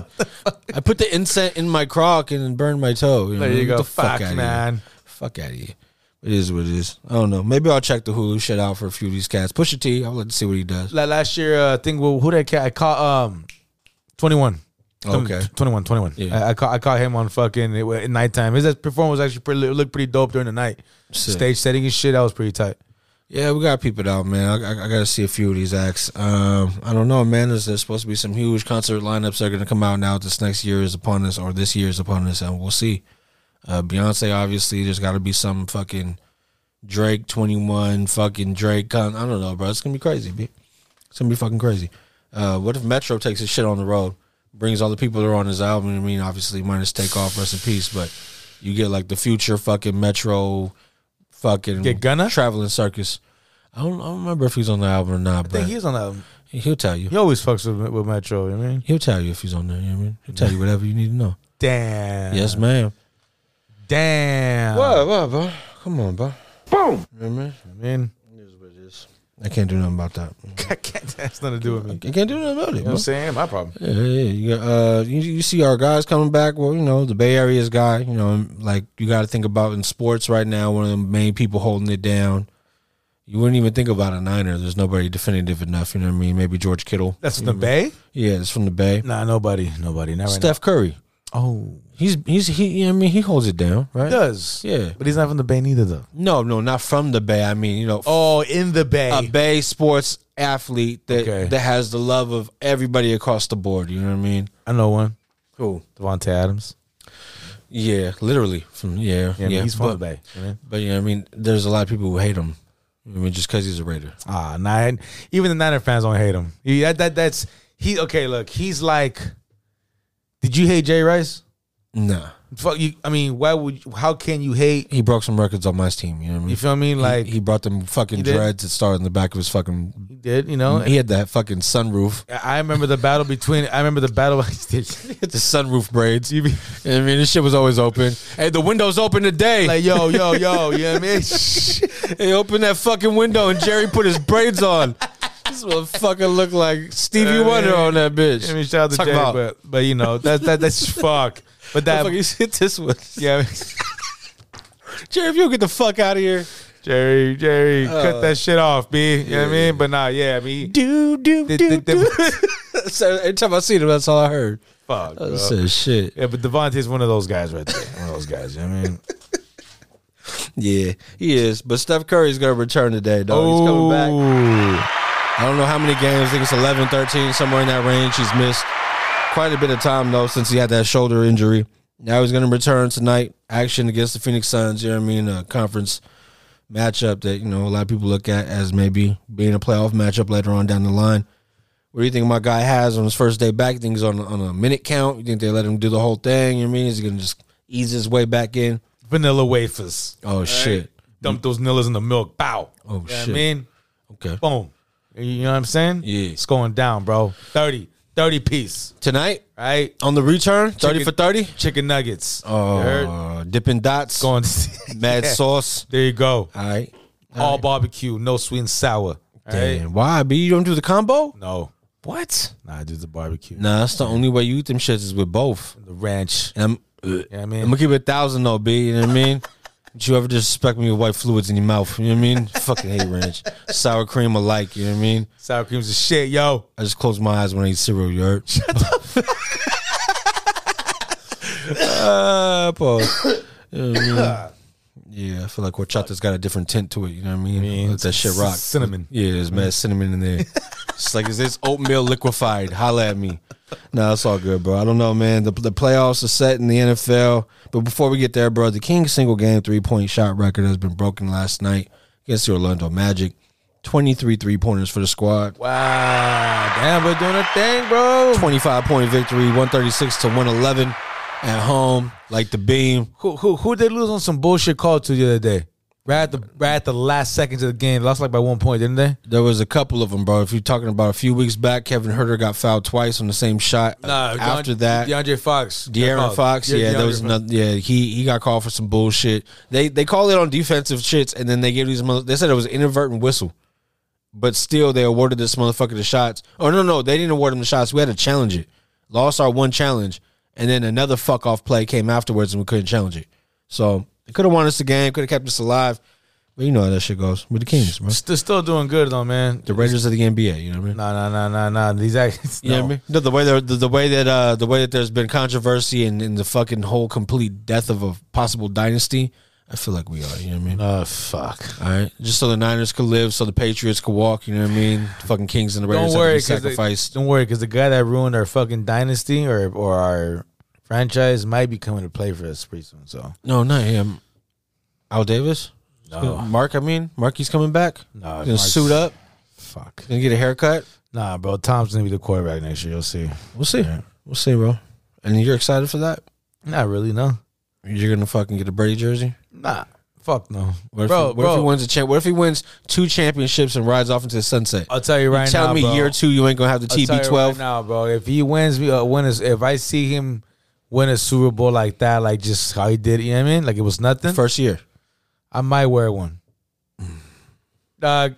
I put the incense in my croc and burned my toe. know There what I you mean? Get go. the fuck Fuck, outta here. man. Fuck out of here. It is what it is. I don't know. Maybe I'll check the Hulu shit out for a few of these cats. Push a T. I'll let see what he does. like last year, uh, I think well, who that cat I caught um twenty one. Okay. 21, 21. Yeah. I, I caught I caught him on fucking it, wa- at nighttime. His performance was actually pretty looked pretty dope during the night. Sick. Stage setting and shit, that was pretty tight. Yeah, we gotta peep it out, man. I, I, I gotta see a few of these acts. Um, I don't know, man. There's, there's supposed to be some huge concert lineups that are gonna come out now. This next year is upon us, or this year is upon us, and we'll see. Uh, Beyonce, obviously, there's gotta be some fucking Drake 21, fucking Drake. Con- I don't know, bro. It's gonna be crazy, B. It's gonna be fucking crazy. Uh, what if Metro takes his shit on the road, brings all the people that are on his album? I mean, obviously, minus Takeoff, rest in peace, but you get like the future fucking Metro, fucking Get Gunna? traveling circus. I don't, I don't remember if he's on the album or not, I but think he was on the He'll tell you. He always fucks with, with Metro. You know what I mean? He'll tell you if he's on there. You know what I mean? He'll tell you whatever you need (laughs) to know. Damn. Yes, ma'am. Damn. (laughs) What, what, bro? Come on, bro. Boom. You know what I mean? I mean, I can't do nothing about that. I can't, that's nothing to do with me. You can't do nothing about it. You know what I'm saying? My problem. Yeah, yeah, yeah. You, got, uh, you, you see our guys coming back. Well, you know, the Bay Area's guy, you know, like you got to think about in sports right now, one of the main people holding it down. You wouldn't even think about a Niner. There's nobody definitive enough. You know what I mean? Maybe George Kittle. That's You from the know? Bay? Yeah, it's from the Bay. Nah, nobody. Nobody. Not right Steph Curry. Oh. He's, he's, he, you know what I mean? He holds it down, now. right? He does. Yeah. But he's not from the Bay neither, though. No, no, not from the Bay. I mean, you know, Oh, in the Bay. a Bay sports athlete that Okay. that has the love of everybody across the board. You know what I mean? I know one. Who? Devontae Adams. Yeah, literally from yeah, Yeah, I yeah. mean, he's from but, the Bay. you know? But yeah, I mean, there's a lot of people who hate him. I mean, just because he's a Raider. Ah, nine. Even the Niner fans don't hate him. He, that, that that's he. Okay, look, he's like. Did you hate Jay Rice? Nah, Fuck you. I mean, why would? You, how can you hate? he broke some records on my team. You know what I mean? You feel me? He- Like he, brought them fucking He did. dreads that started in the back of his fucking. he did, you know? he had that fucking sunroof. I remember the battle between. I remember the battle. (laughs) Hit (laughs) the sunroof braids. You I mean, this shit was always open. Hey, the window's open today. like yo, yo, yo. You know (laughs) what I mean? Hey, open that fucking window and Jerry put his braids on. This motherfucker look like Stevie I mean, Wonder on that bitch. I mean, shout out to Talk Jay, about- but but you know that that (laughs) that's fuck. But that Motherfucker, he's hit this one. yeah, (laughs) Jerry, if you don't get the fuck out of here. Jerry, Jerry, Uh, cut that shit off, b. You know what I mean? But nah, yeah, I mean, Do, do, They- do, they- they- (laughs) do. so every time I see them, (laughs) that's all I heard. fuck. I bro. said, shit. Yeah, but Devontae's one of those guys right there. One of those guys. You know what I mean, Yeah, he is. But Steph Curry's going to return today, dog. Oh, He's coming back. back. I don't know how many games. I think it's 11, 13, somewhere in that range. He's missed quite a bit of time, though, since he had that shoulder injury. Now he's going to return tonight. Action against the Phoenix Suns. You know what I mean? A conference matchup that, you know, a lot of people look at as maybe being a playoff matchup later on down the line. What do you think my guy has on his first day back? You think he's on, on a minute count? You think they let him do the whole thing? You know what I mean? Is he going to just ease his way back in? Vanilla wafers. Oh, shit. Dump those nillas in the milk. Bow. Oh, You know what shit. I mean, Okay. boom. You know what I'm saying? Yeah. It's going down, bro. 30. 30 piece. Tonight Right? on the return, 30 for Chicken- 30? Chicken nuggets. You heard? Oh, dipping dots, Going mad Yeah. sauce. (laughs) There you go. All right. All barbecue, no sweet and sour. All Damn. right? Why, B? You don't do the combo? No. What? Nah, I do the barbecue. Nah, that's the only way you eat them shits is with both. The ranch. And I'm, You know what I I'm mean? gonna keep it a thousand though, B. You know what I mean? (laughs) Don't you ever disrespect me with white fluids in your mouth? You know what I mean? Fucking hate ranch, sour cream alike. You know what I mean? Sour creams is shit, yo. I just close my eyes when I eat cereal. You heard? Shut the uh, pause. You know what I mean? Yeah, I feel like horchata's got a different tint to it. You know what I mean? Let that shit rock. Cinnamon. Yeah, there's mad cinnamon in there. it's like, is this oatmeal liquefied? Holla at me. Nah, it's all good, bro. I don't know, man. The, the playoffs are set in the NFL. But before we get there, bro, the Kings single game three point shot record has been broken last night against the Orlando Magic. 23 three pointers for the squad. Wow. Damn, we're doing a thing, bro. 25 point victory, 136 to 111 at home, like the beam. Who who who they lose on some bullshit call to the other day? Right at the right at the last seconds of the game, lost like by one point, didn't they? There was a couple of them, bro. If you're talking about a few weeks back, Kevin Herter got fouled twice on the same shot. After that, DeAndre Fox, De'Aaron Fox, yeah, there was another. Yeah, he he got called for some bullshit. They they call it on defensive shits, and then they give these. mother- They said it was inadvertent whistle, but still they awarded this motherfucker the shots. Oh no, no, they didn't award him the shots. We had to challenge it. Lost our one challenge, and then another fuck off play came afterwards, and we couldn't challenge it. So it could have won us the game. Could have kept us alive. But you know how that shit goes with the Kings, bro. Still, still doing good though, man. The Raiders of the NBA. You know what I mean? Nah, nah, nah, nah, nah. These (laughs) guys, You know what I mean? No, the way that the, the way that uh, the way that there's been controversy and, and the fucking whole complete death of a possible dynasty, I feel like we are. You know what I mean? Oh fuck. All right, just so the Niners could live, so the Patriots could walk. You know what I mean? The fucking Kings and the Raiders Don't have to worry, be 'cause they- sacrificed. don't worry, because the guy that ruined our fucking dynasty or or our franchise might be coming to play for us pretty soon. So no, not him. Al Davis, No. Mark. I mean, Marky's coming back. No, He's gonna Mark's- suit up. fuck. Gonna get a haircut. Nah, bro. Tom's gonna be the quarterback next year. You'll see. We'll see. We'll see, bro. And you're excited for that? Not really. No. You're gonna fucking get a Brady jersey. Nah. Fuck no. What if, Bro, what if he bro. wins a champ? What if he wins two championships and rides off into the sunset? I'll tell you right tell now, me bro. year two you ain't gonna have the I'll tell you TB twelve. Right now, bro, if he wins, uh, win a, if I see him win a Super Bowl like that, like just how he did, you know what I mean? Like it was nothing. First Mm. year, I might wear one. Uh,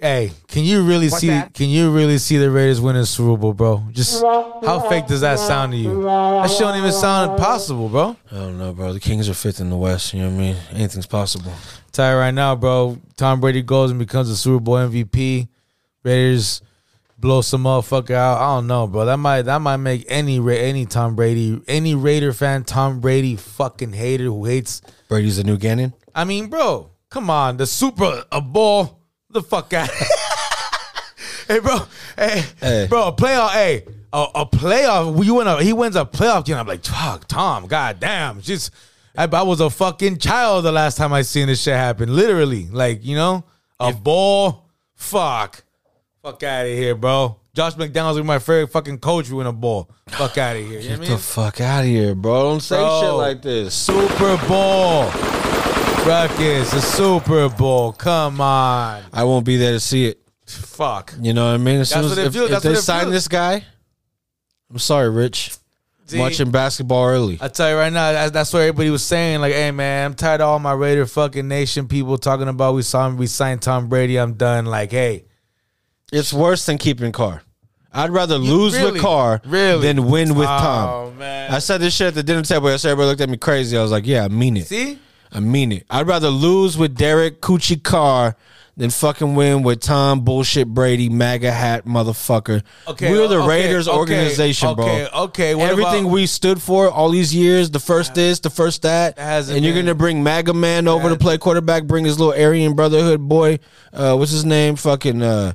hey, can you really What's see? that? Can you really see the Raiders winning a Super Bowl, bro? Just how fake does that sound to you? That shit don't even sound possible, bro. I don't know, bro. The Kings are fifth in the West. You know what I mean? Anything's possible. Tell you right now, bro. Tom Brady goes and becomes a Super Bowl MVP. Raiders blow some motherfucker out. I don't know, bro. That might that might make any Ra- any Tom Brady any Raider fan Tom Brady fucking hater who hates. Brady's the new Gannon. I mean, bro, come on, the Super a Bowl, the fuck out. (laughs) hey, bro, hey, Hey. bro, a playoff, hey. A, a playoff, you win a, he wins a playoff game. I'm like, fuck, Tom, goddamn, just, I, I was a fucking child the last time I seen this shit happen. Literally, like, you know, a ball, fuck, fuck out of here, bro. Josh McDonald's with my favorite fucking coach. We win a ball, fuck out of here. You know what Get I the mean? fuck out of here, bro. Don't say Bro, shit like this. Super Bowl. Ruckus, the Super Bowl. Come on. I won't be there to see it. Fuck. You know what I mean? As That's soon what as it if, feels- if that's they what it sign feels. this guy, I'm sorry, Rich. See? Watching basketball early. I tell you right now, that's, that's what everybody was saying. Like, hey man, I'm tired of all my Raider fucking nation people talking about we saw him, we signed Tom Brady. I'm done. Like, hey, It's worse than keeping Carr. I'd rather lose really? with Carr Really? than win with Oh, Tom. man. I said this shit at the dinner table. yesterday. Everybody looked at me crazy. I was like, yeah, I mean it. See? I mean it. I'd rather lose with Derek Coochie Carr than fucking win with Tom Bullshit Brady, MAGA hat motherfucker. Okay, We're the okay, Raiders okay, organization, bro. okay, okay, what Everything about- we stood for all these years, the first this, the first that. and hasn't you're been- going to bring MAGA man over to play quarterback, bring his little Aryan Brotherhood boy. Uh, what's his name? Fucking uh,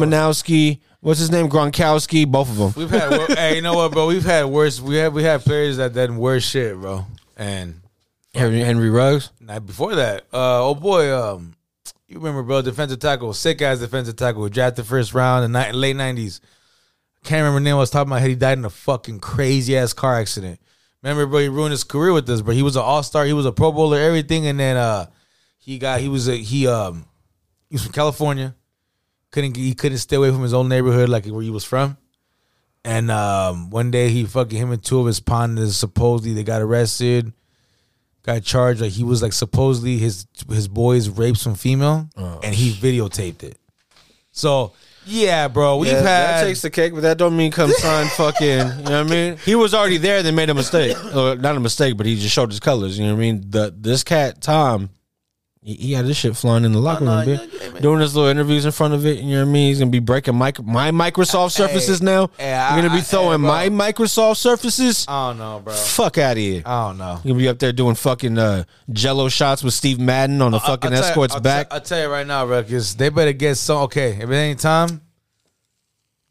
Romanowski. What's his name? Gronkowski. Both of them. we've had. wor- (laughs) hey, you know what, bro? We've had worse. We have we had players that done worse shit, bro. And Henry, Henry Ruggs. Now before that, uh, oh boy, um, you remember, bro, defensive tackle, sick ass defensive tackle, drafted first round in ni- late nineties. Can't remember the name. I was talking about head. He died in a fucking crazy ass car accident. Remember, bro, he ruined his career with this. But he was an all star. He was a Pro Bowler, everything. And then uh, he got he was a he um he was from California. Couldn't he couldn't stay away from his own neighborhood like where he was from. And um, one day he fucking him and two of his partners supposedly they got arrested, got charged. Like he was like supposedly his his boys raped some female, and he videotaped it. So yeah, bro, we've Yeah, had that takes the cake, but that don't mean come (laughs) sign fucking. You know what I mean? He was already there. They made a (coughs) mistake, or not a mistake, but he just showed his colors. You know what I mean? The this cat Tom, he, he had this shit flying in the locker room, bitch. doing his little interviews in front of it. You know what I mean? He's gonna be breaking mic- my Microsoft surfaces now. hey, Uh, You're I- gonna I- be throwing hey, my Microsoft surfaces. I don't know, bro. Fuck out of here. I don't know. You're gonna be up there doing fucking uh, Jello shots with Steve Madden on the fucking Uh, I'll tell you- escorts I'll back. tell- I'll tell you uh, right now, Ruckus. They better get some. Okay, if it ain't time,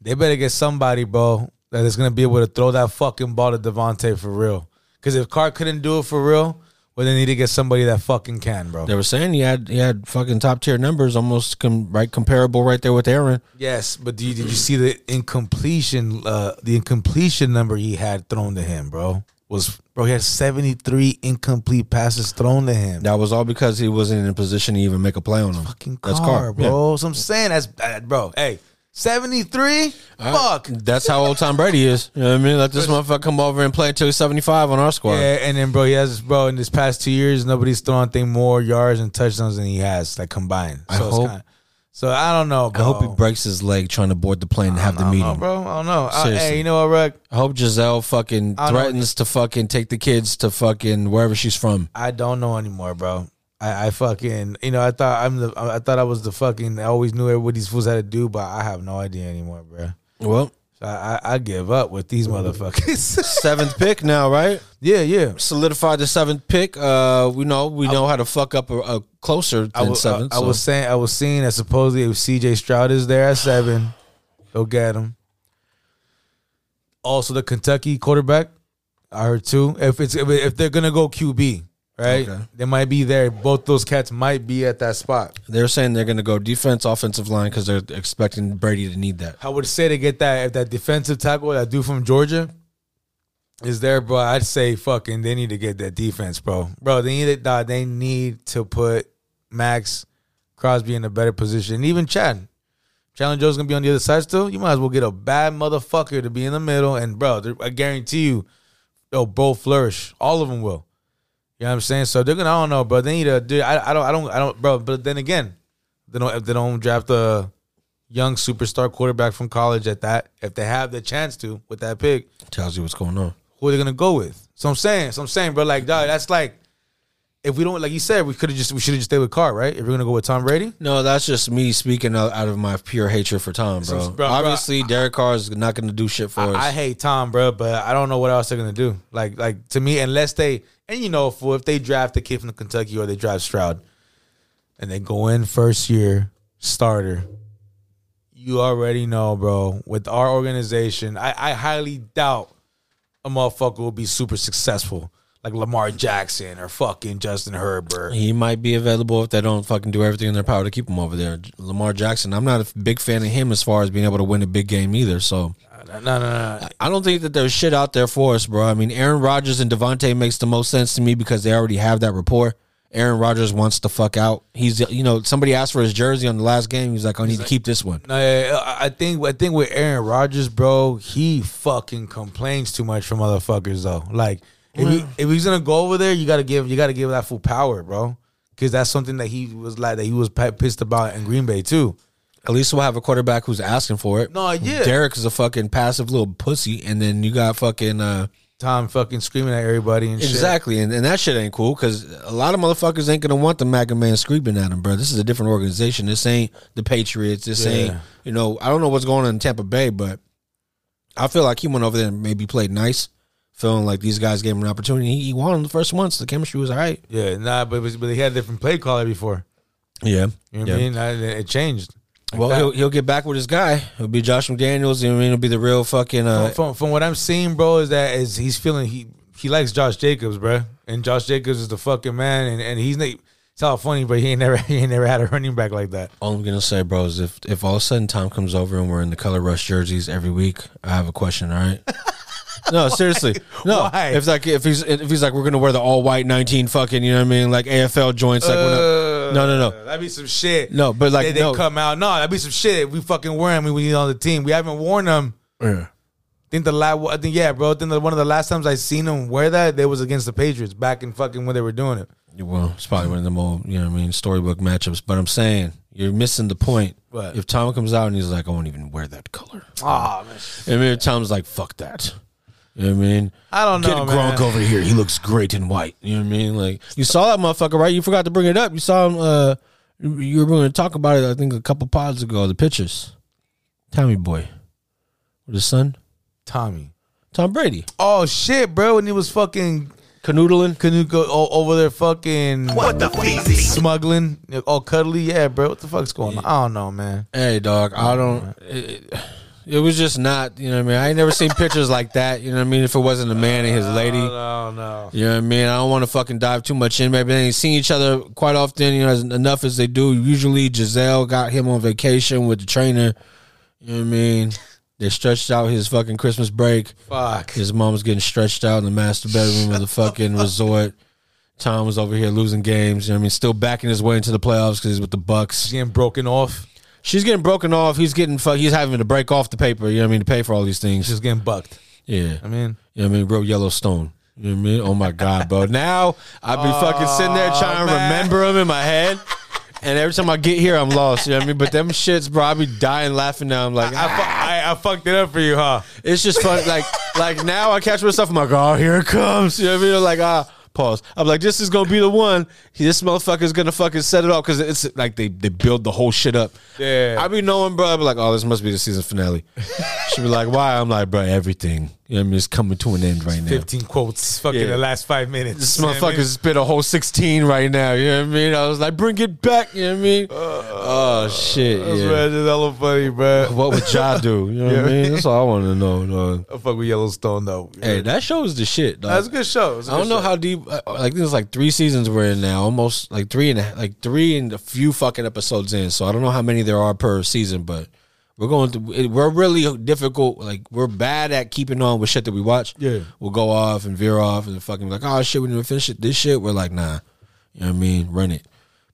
they better get somebody, bro, that is gonna be able to throw that fucking ball to Devontae for real. Because if Carr couldn't do it for real, well, they need to get somebody that fucking can, bro. They were saying he had he had fucking top tier numbers, almost com- right comparable right there with Aaron. Yes, but do you, did you see the incompletion? Uh, the incompletion number he had thrown to him, bro, was bro. He had seventy three incomplete passes thrown to him. That was all because he wasn't in a position to even make a play on him. Fucking That's Carr, bro. So I'm saying that's bad, bro. Hey, seventy three. Uh, Fuck. That's how old Tom Brady is. You know what I mean? Let this motherfucker come over and play until he's 75 on our squad. Yeah, and then bro, he has bro in this past two years, nobody's thrown thing more yards and touchdowns than he has like combined. I so it's hope- kinda- so I don't know, I bro. hope he breaks his leg trying to board the plane and have the meeting. No, bro. I don't know. I- Seriously. hey, you know what, Ruck? I hope Giselle fucking I don't know. threatens to fucking take the kids to fucking wherever she's from. I don't know anymore, bro. I, I fucking you know I thought I'm the I thought I was the fucking I always knew what these fools had to do, but I have no idea anymore, bro. Well, so I, I I give up with these motherfuckers. (laughs) (laughs) seventh pick now, right? Yeah, yeah. Solidified the seventh pick. Uh, we know we know how to fuck up a, a closer than I was, seventh. I, I was so. saying I was seeing that supposedly if CJ Stroud is there at seven, go get him. Also, the Kentucky quarterback, I heard too. If it's if, if they're gonna go QB, right? Okay. They might be there. Both those cats might be at that spot. They're saying they're going to go defense, offensive line because they're expecting Brady to need that. I would say to get that if that defensive tackle that dude from Georgia, is there, bro. I'd say fucking they need to get that defense, bro. Bro, they need it, dog. They need to put Max Crosby in a better position. And even Chad. Challenge Joe's gonna be on the other side still. You might as well get a bad motherfucker to be in the middle. And bro, they're- I guarantee you, they'll both flourish. All of them will. You know what I'm saying? So they're gonna. I don't know, bro. They need to do. I, I don't. I don't. I don't, bro. But then again, they don't. If they don't draft a young superstar quarterback from college at that, if they have the chance to with that pick, Tells you what's going on. who are they gonna go with? So I'm saying, so I'm saying, bro, like, dog, that's like, if we don't, like you said, we could have just, we should have just stayed with Carr, right? If we're gonna go with Tom Brady, No, that's just me speaking out out of my pure hatred for Tom, Some- bro. bro, bro, Obviously, Derek Carr is not going to do shit for us. I hate Tom, bro, but I don't know what else they're gonna do. Like, like to me, unless they, and you know, for if they draft a kid from Kentucky or they draft Stroud, and they go in first year starter, you already know, bro. With our organization, I, I highly doubt a motherfucker will be super successful. Like Lamar Jackson or fucking Justin Herbert. He might be available if they don't fucking do everything in their power to keep him over there. Lamar Jackson, I'm not a big fan of him as far as being able to win a big game either. So No, no, no. no. I don't think that there's shit out there for us, bro. I mean, Aaron Rodgers and Devontae makes the most sense to me because they already have that rapport. Aaron Rodgers wants to fuck out. He's, you know, somebody asked for his jersey on the last game. He's like, I need to keep this one. No, yeah, yeah, I I think I think with Aaron Rodgers, bro, he fucking complains too much from motherfuckers though. Like if, he, if he's gonna go over there, you gotta give you gotta give that full power, bro, because that's something that he was like that he was pi- pissed about in Green Bay too. At least we'll have a quarterback who's asking for it. No, yeah. Derek is a fucking passive little pussy, and then you got fucking uh, Tom fucking screaming at everybody and shit. exactly, and, and that shit ain't cool because a lot of motherfuckers ain't gonna want the MAGA man screaming at them, bro. This is a different organization. This ain't the Patriots. This Yeah. ain't you know. I don't know what's going on in Tampa Bay, but I feel like he went over there and maybe played nice, feeling like these guys gave him an opportunity. He, he won the first once. The chemistry was all right. Yeah, nah, but but he had a different play caller before. Yeah, You know what yeah. I mean? I, it changed. Well, he'll, he'll get back with his guy. It'll be Josh McDaniels. You know, what I mean? it'll be the real fucking uh, from, from from what I'm seeing, bro, is that is he's feeling he he likes Josh Jacobs, bro, and Josh Jacobs is the fucking man, and, and he's na- it's all funny, but he ain't never (laughs) he ain't never had a running back like that. All I'm gonna say, bro, is if if all of a sudden Tom comes over and we're in the color rush jerseys every week, I have a question. (laughs) All right. No, seriously. No, Why? if like if he's if he's like we're gonna wear the all white nineteen fucking, you know what I mean, like AFL joints, like Uh. we're not- no, no, no, That'd be some shit. No, but like, they, they no. come out. No, that'd be some shit. We fucking wear him. We need on the team. We haven't worn them. Yeah. Think the last, I think yeah, bro. I think the, one of the last times I seen him wear that, they was against the Patriots back in fucking when they were doing it. Well, it's probably one of them old, you know what I mean, storybook matchups. But I'm saying you're missing the point. What? If Tom comes out and he's like, I won't even wear that color. Ah, man. I mean, if Tom's like, fuck that. You know what I mean? I don't know, Get Gronk man. over here. He looks great in white. You know what I mean? Like you saw that motherfucker, right? You forgot to bring it up. You saw him. Uh, you- you were going to talk about it. I think a couple pods ago. The pictures. Tommy boy, with his son, Tommy, Tom Brady, Oh shit, bro! When he was fucking canoodling, canoodle o- over there, fucking what the smuggling, all cuddly. Yeah, bro. What the fuck's going on? I don't know, man. Hey, dog. I don't. It, it was just not. You know what I mean? I ain't never seen pictures like that. You know what I mean? If it wasn't a man and his lady. No, no. You know what I mean? I don't want to fucking dive too much in. Maybe they ain't seen each other quite often, you know, as, enough as they do. Usually Giselle got him on vacation with the trainer. You know what I mean? They stretched out his fucking Christmas break. Fuck. His mom's getting stretched out in the master bedroom of the fucking resort. Tom was over here losing games. You know what I mean? Still backing his way into the playoffs because he's with the Bucks. Getting broken off. She's getting broken off. He's getting fuck. He's having to break off the paper. You know what I mean? To pay for all these things. She's getting bucked. Yeah. I mean, you know what I mean? Real Yellowstone. You know what I mean? Oh my God, bro. Now I be fucking sitting there trying to remember them in my head. And every time I get here, I'm lost. You know what I mean? But them shits, bro, I be dying laughing now. I'm like, I, I, I fucked it up for you, huh? It's just fun. Like, like now I catch myself. I'm like, oh, here it comes. You know what I mean? Like, ah, pause. I'm like, this is gonna be the one. This motherfucker's gonna fucking set it off because it's like they they build the whole shit up. Yeah. I be knowing, bro. I be like, oh, this must be the season finale. she be like, why? I'm like, bro, everything. You know what I mean? It's coming to an end right now. Fifteen quotes, fucking Yeah. the last five minutes. This You know what I motherfucker's spit a whole 16 right now. You know what I mean? I was like, bring it back. You know what I mean? oh, shit. mean? That's yeah. right, that's hella funny, bro. What would Ja do? You know what I mean? That's all I want to know. dog. I fuck with Yellowstone though. Hey, that show is the shit, dog. That's a good show. I don't know how deep. I- I think there's like three seasons we're in now, almost like three and a, like three and a few fucking episodes in. So I don't know how many there are per season, but We're going through. it- We're really difficult. Like we're bad at keeping on with shit that we watch. Yeah, we'll go off and veer off and fucking be like, oh shit, we didn't finish it. This shit, we're like, nah, you know what I mean, run it.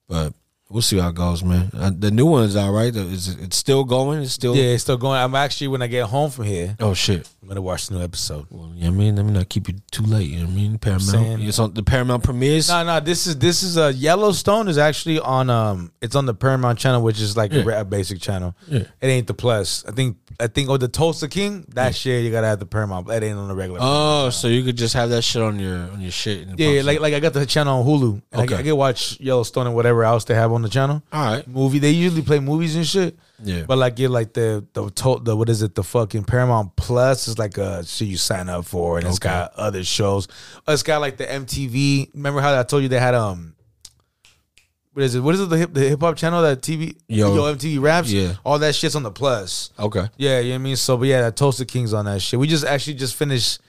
But we'll see how it goes, man. Uh, the new one's all right. Is it- it's still going? It's still yeah, it's still going. I'm actually when I get home from here. Oh shit! I'm gonna watch the new episode. Well, you know what I mean? Let me not keep you too late. You know what I mean? Paramount. saying- it's on the Paramount premieres. No, no, this is this is uh, Yellowstone is actually on um it's on the Paramount channel, which is like Yeah. a, re- a basic channel. Yeah. It ain't the plus. I think I think oh the Tulsa King that shit you gotta have the Paramount. That ain't on the regular. Oh, so you could just have that shit on your on your shit. And it yeah, yeah, pops like up. like I got the channel on Hulu. And Okay. I, I can watch Yellowstone and whatever else they have on the channel. All right, movie they usually play movies and shit. Yeah. but like get like the the, to- the what is it the fucking Paramount Plus is like a shit you sign up for and it's Okay. got other shows. It's got like the MTV. Remember how I told you they had um. What is it? What is it? The hip the hip hop channel that TV Yo. Yo, MTV raps. Yeah. all that shit's on the plus. okay. Yeah, you know what I mean. So, but yeah, that Toasted Kings on that shit. We just actually just finished.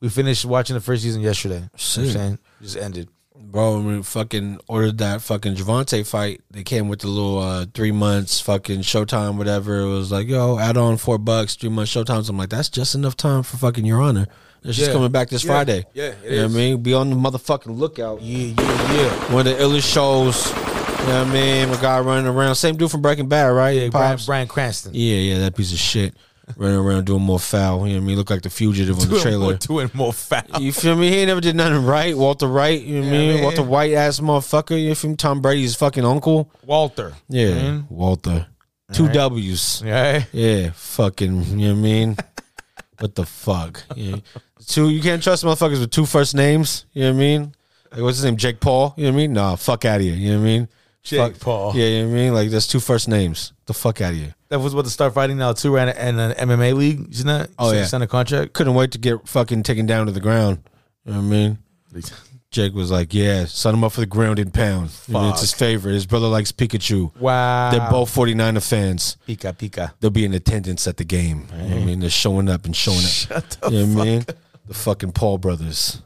We finished watching the first season yesterday. You know what Sick. I'm saying just ended. Bro, when we fucking ordered that fucking Javante fight, they came with the little uh, three months fucking Showtime, whatever. It was like, yo, add on four bucks, three months Showtime. I'm like, that's just enough time for fucking Your Honor. It's just Yeah. coming back this Yeah. Friday. Yeah, it you know what I is. mean? Be on the motherfucking lookout. Yeah, yeah, yeah. One of the illest shows. You know what I mean? My guy running around. Same dude from Breaking Bad, right? Yeah, Brian, Pops. Brian Cranston. Yeah, yeah, that piece of shit. Running around doing more foul. You know what I mean? Look like the (laughs) fugitive on the Doing more- trailer. doing more foul. You feel me? He ain't never did nothing right. Walter Wright, you know what I Yeah, mean? man. Walter White ass motherfucker. You feel me? Tom Brady's fucking uncle. Walter. Yeah. Mhm. Walter. Two Alright. W's. Yeah. eh? Yeah. Fucking, you know what (laughs) I mean? what the fuck? Yeah. Two you can't trust motherfuckers with two first names. You know what I mean? Like what's his name? Jake Paul? You know what I mean? Nah, fuck out of here. You know what I mean? Jake Fuck- Paul. Yeah, you know what I mean? Like that's two first names. The fuck out of here. That was about to start fighting now too, right? And an MMA league, isn't that? Oh, yeah. signed a contract. Couldn't wait to get fucking taken down to the ground. You know what I mean? Jake was like, "Yeah, sign him up for the ground and pound. I mean, it's his favorite. His brother likes Pikachu. Wow. they're both 49er fans. Pika Pika. They'll be in attendance at the game. You know what I mean, they're showing up and showing up. Mm-hmm. Shut the you know what I mean? The fucking Paul brothers,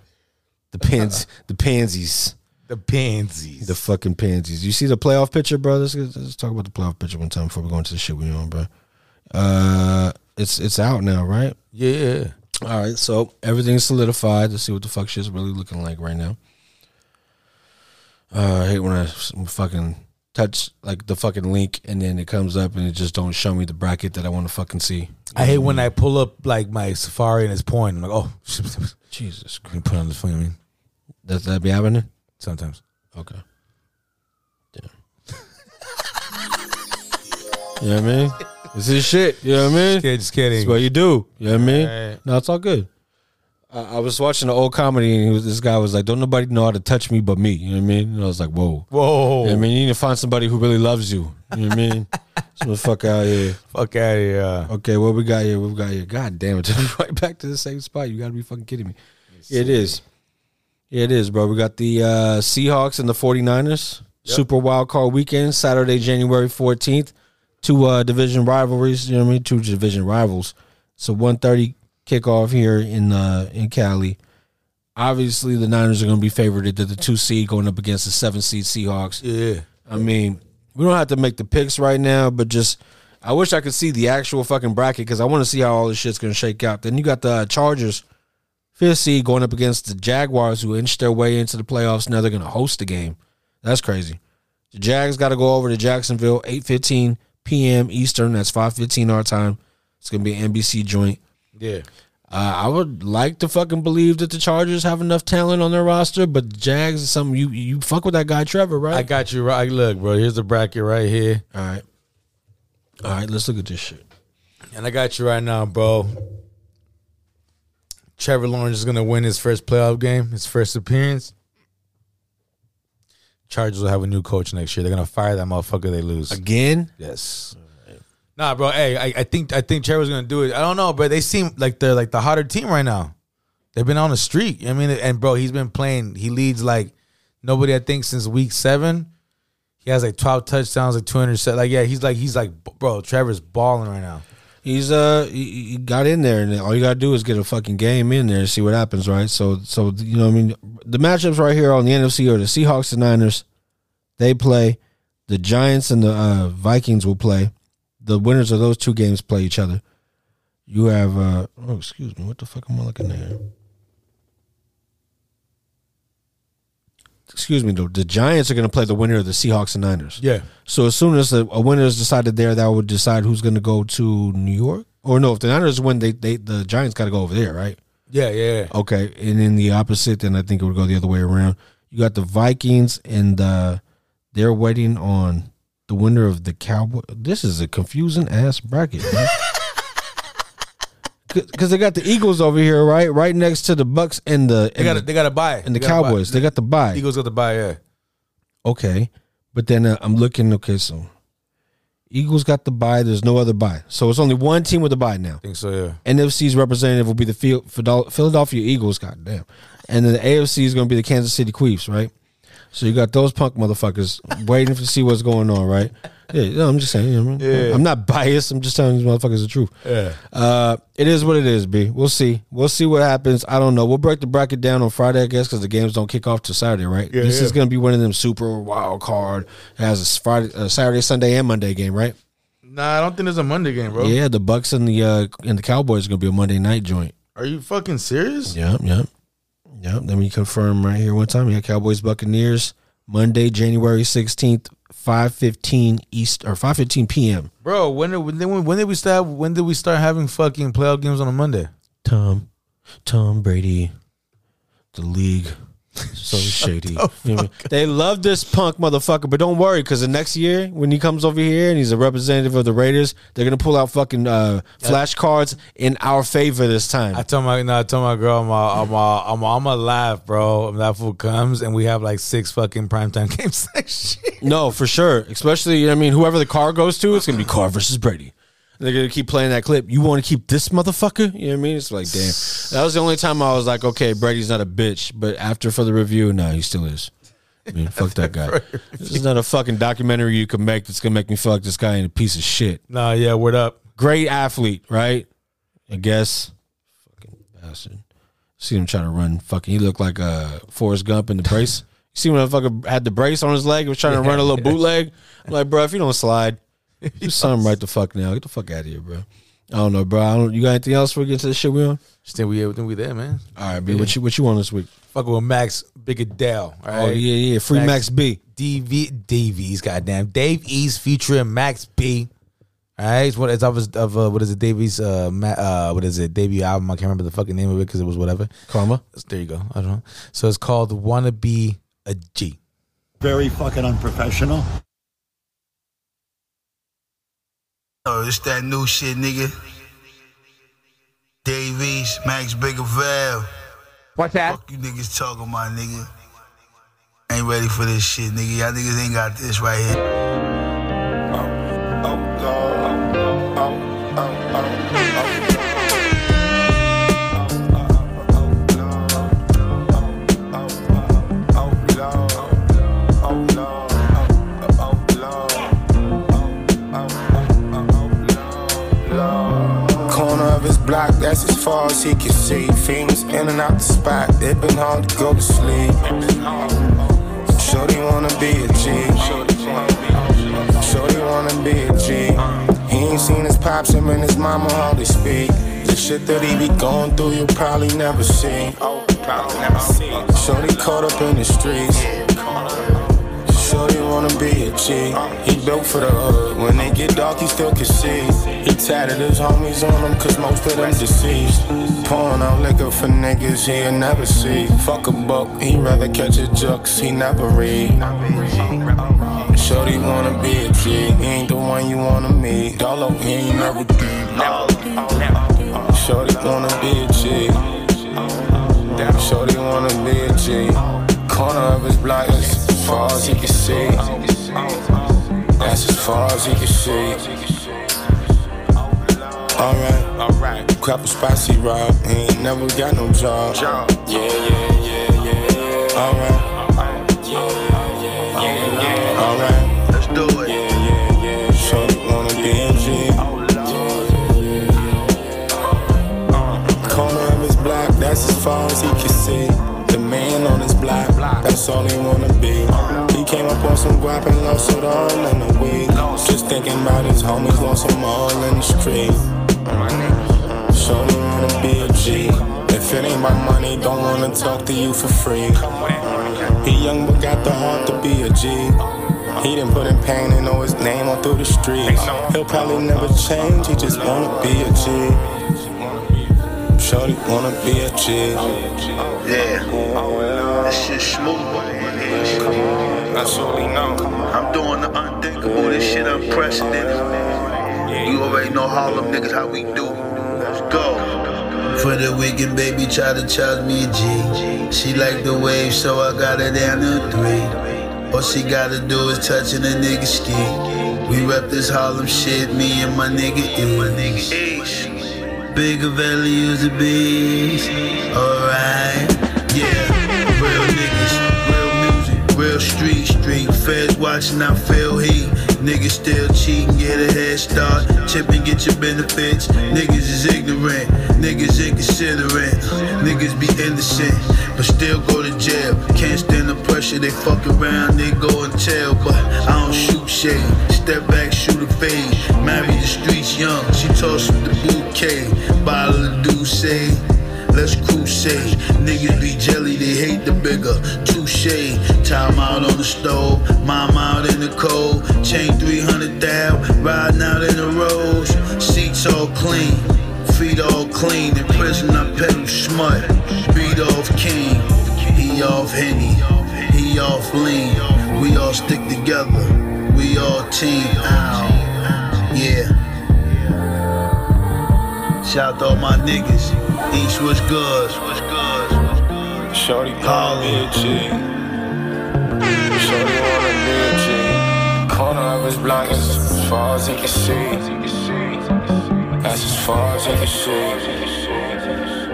(laughs) the pins, the pansies, the pansies, the fucking pansies. You see the playoff picture, bro? Let's, get- let's talk about the playoff picture one time before we go into the shit we on, bro. Uh, it's it's out now, right? Yeah. All right, so everything's solidified. Let's see what the fuck shit's really looking like right now. Uh, I hate when I s- fucking touch like the fucking link and then it comes up and it just don't show me the bracket that I want to fucking see. I hate when I pull up like my Safari and it's porn. I'm like, oh, (laughs) Jesus Christ! Put on the phone. I mean, does that be happening sometimes? Okay. (laughs) You know what I mean? This is shit. You know what I mean? just kidding. It's what you do. You know what I mean? Right. No, it's all good. I, I was watching an old comedy and he was, this guy was like, Don't nobody know how to touch me but me. You know what I mean? And I was like, Whoa. Whoa. You know what I mean, you need to find somebody who really loves you. You know what I mean? So the fuck out here. Fuck out here. Okay, what we got here? What we got here? God damn it. (laughs) Took me right back to the same spot. You gotta be fucking kidding me. It is. Yeah, it is, bro. We got the uh, Seahawks and the 49ers. Super wild card weekend, Saturday, January 14th. Two uh, division rivalries, you know what I mean? Two division rivals. So 130 kickoff here in uh, in Cali. Obviously the Niners are gonna be favored at the the two seed going up against the seven seed Seahawks. Yeah. I mean, we don't have to make the picks right now, but just I wish I could see the actual fucking bracket because I want to see how all this shit's gonna shake out. Then you got the uh, Chargers, fifth seed, going up against the Jaguars, who inched their way into the playoffs. Now they're gonna host the game. That's crazy. The Jags got to go over to Jacksonville, eight fifteen p.m. Eastern. That's five fifteen our time. It's gonna be an NBC joint. Yeah. Uh, I would like to fucking believe that the Chargers have enough talent on their roster, but the Jags is something you you fuck with that guy Trevor, right? I got you right. Look, bro. Here's the bracket right here. All right. All right. Let's look at this shit. And I got you right now, bro. Trevor Lawrence is gonna win his first playoff game, his first appearance. Chargers will have a new coach next year. They're gonna fire that motherfucker. They lose again. Yes. Nah, bro. Hey, I, I think I think Trevor's gonna do it. I don't know, but they seem like they're like the hotter team right now. They've been on the streak. You know what I mean, and bro, he's been playing. He leads like nobody. I think since week seven, he has like twelve touchdowns, like two hundred. Like yeah, he's like he's like bro. Trevor's balling right now. He's uh he, he got in there, and all you gotta do is get a fucking game in there and see what happens, right? So so you know what I mean the matchups right here on the NFC are the Seahawks and Niners. They play the Giants and the uh, Vikings will play. the winners of those two games play each other. You have uh oh excuse me, what the fuck am I looking at here? Excuse me, though. The Giants are going to play the winner of the Seahawks and Niners. Yeah. So as soon as the, a winner is decided there, that would decide who's going to go to New York. Or no, if the Niners win, they they the Giants got to go over there, right? Yeah, yeah, yeah. Okay, and in the opposite, then I think it would go the other way around. You got the Vikings and the they're waiting on the winner of the Cowboy. This is a confusing ass bracket, man. Because they got the Eagles over here, right? Right next to the Bucks and the They got and, to they got to buy the, and the Cowboys. They got the bye. Eagles got to buy. Yeah. Okay, but then uh, I'm looking. Okay, so Eagles got the bye. There's no other bye, so it's only one team with a bye now. I think so. Yeah. NFC's representative will be the Phil- Phil- Philadelphia Eagles, goddamn. And then the AFC is going to be the Kansas City Queefs, right? So you got those punk motherfuckers waiting to see what's going on, right? Yeah, no, I'm just saying. you know, Yeah. I'm not biased. I'm just telling these motherfuckers the truth. Yeah. Uh, it is what it is, B. We'll see. We'll see what happens. I don't know. We'll break the bracket down on Friday, I guess, because the games don't kick off till Saturday, right? Yeah, this yeah. is going to be one of them super wild card. It has a s- Friday, uh, Saturday, Sunday, and Monday game, right? Nah, I don't think there's a Monday game, bro. Yeah, the Bucks and the uh, and the Cowboys is going to be a Monday night joint. Are you fucking serious? Yep, yep. Yep. Let me confirm right here one time. Yeah, Cowboys Buccaneers, Monday, January sixteenth, five fifteen East or five fifteen PM. Bro, when did, when, did- when did we start? When did we start having fucking playoff games on a Monday? Tom Tom Brady. The league. So shady. You know what I mean? They love this punk motherfucker, but don't worry, because the next year when he comes over here and he's a representative of the Raiders, they're gonna pull out fucking uh, flashcards in our favor this time. I told my no, I told my girl I'm uh, I'm uh, I'm uh, I'm a laugh, bro. If that fool comes and we have like six fucking primetime (laughs) games next year. No, for sure. Especially, I mean, whoever the car goes to, it's gonna be Carr versus Brady. They're gonna keep playing that clip. You want to keep this motherfucker? You know what I mean? It's like, damn. That was the only time I was like, okay, Brady's not a bitch. But after for the review, no, he still is. I mean, fuck that guy. This is not a fucking documentary you can make that's gonna make me feel like this guy ain't a piece of shit. Nah, yeah, word up. Great athlete, right? I guess. Fucking bastard. See him trying to run. Fucking, he looked like uh, Forrest Gump in the brace. You see when I fucking had the brace on his leg, was trying to run a little bootleg. I'm like, bro, if you don't slide, do something right the fuck now. Get the fuck out of here, bro. I don't know, bro. I don't. You got anything else for we get to the shit we on? Just think we think we there, man. All right, B. What you what you on this week? Fucking with Max Bigadell. All right? Oh, yeah, yeah. Free Max B. DV Davies, goddamn. Dave East featuring Max B. All right, it's what it's off his- of uh, what is it? Davies, uh, Ma- uh, what is it? Debut album. I can't remember the fucking name of it because it was whatever. Karma. There you go. I don't know. So it's called "Wanna Be a G." Very fucking unprofessional. Oh, it's that new shit, nigga. Davies, Max Bigger Valve. What's that? Fuck you niggas talking, my nigga. Ain't ready for this shit, nigga. Y'all niggas ain't got this right here. Corner of his block, that's as far as he can see. Fiends in and out the spot, it been hard to go to sleep. Shorty wanna be a G. Shorty wanna be a G. He ain't seen his pops, him and his mama hardly speak. The shit that he be going through, you'll probably never see. Shorty caught up in the streets. Shorty wanna be a G. He built for the hood. When they get dark, he still can see. He tatted his homies on him, cause most of them deceased. Pouring out liquor for niggas he'll never see. Fuck a buck, he rather catch a jux, he never read. Shorty wanna be a G. He ain't the one you wanna meet. Dolo, he ain't never did. Shorty wanna be a G. Shorty wanna be a G. Corner of his block is as far as he can see. That's as far as he can see. Alright, alright. Crap a spicy rob. He ain't never got no job. Yeah, yeah, yeah, yeah, yeah. Alright. Yeah, yeah, yeah, yeah. Alright. Let's do it. Oh, Yeah, yeah, yeah. Shorty wanna be a G. Uh. Corner of his block, that's as far as he can see. The man on his block, that's all he wanna be. He He came up on some guap and lost it all in a week. Just thinking about his homies, lost them all in the street. Show me how to be a G. If it ain't my money, don't wanna talk to you for free. He young but got the heart to be a G. He done put in pain and know his name all through the streets. He'll probably never change, he just wanna be a G. Shorty wanna be a G. Yeah. This shit smooth, but That's all we know. I'm doing the uh, unthinkable. This shit unprecedented. You already know Harlem niggas how we do. Let's go. For the weekend, baby, try to charge me a G. She like the wave, so I got her down to a three. All she gotta do is touching a nigga ski. We rep this Harlem shit, me and my nigga E. My nigga Ace. Bigger values of bees. Alright. Yeah. Real niggas, real music, real street, street. Feds watching, I feel heat. Niggas still cheating, get a head start. Chip and get your benefits. Niggas is ignorant, niggas inconsiderate. Niggas be innocent, but still go to jail. Can't stand the pressure, they fuck around, they go and tell. But I don't shoot shade, step back, shoot a fade. Married the streets young, she tossed with the bouquet. Bottle of Douce. Let's crusade. Niggas be jelly, they hate the bigger. Touche. Time out on the stove. Mom out in the cold. Chain 300 thou. Riding out in the roads. Seats all clean. Feet all clean. In prison, I pedal smut. Beat off King. He off Henny. He off lean. We all stick together. We all team. Ow. Yeah. Shout out to all my niggas. East was good. Was good. Shorty wanna be a G. Shorty wanna be a G. Corner of his block is as far as he can see. That's as far as he can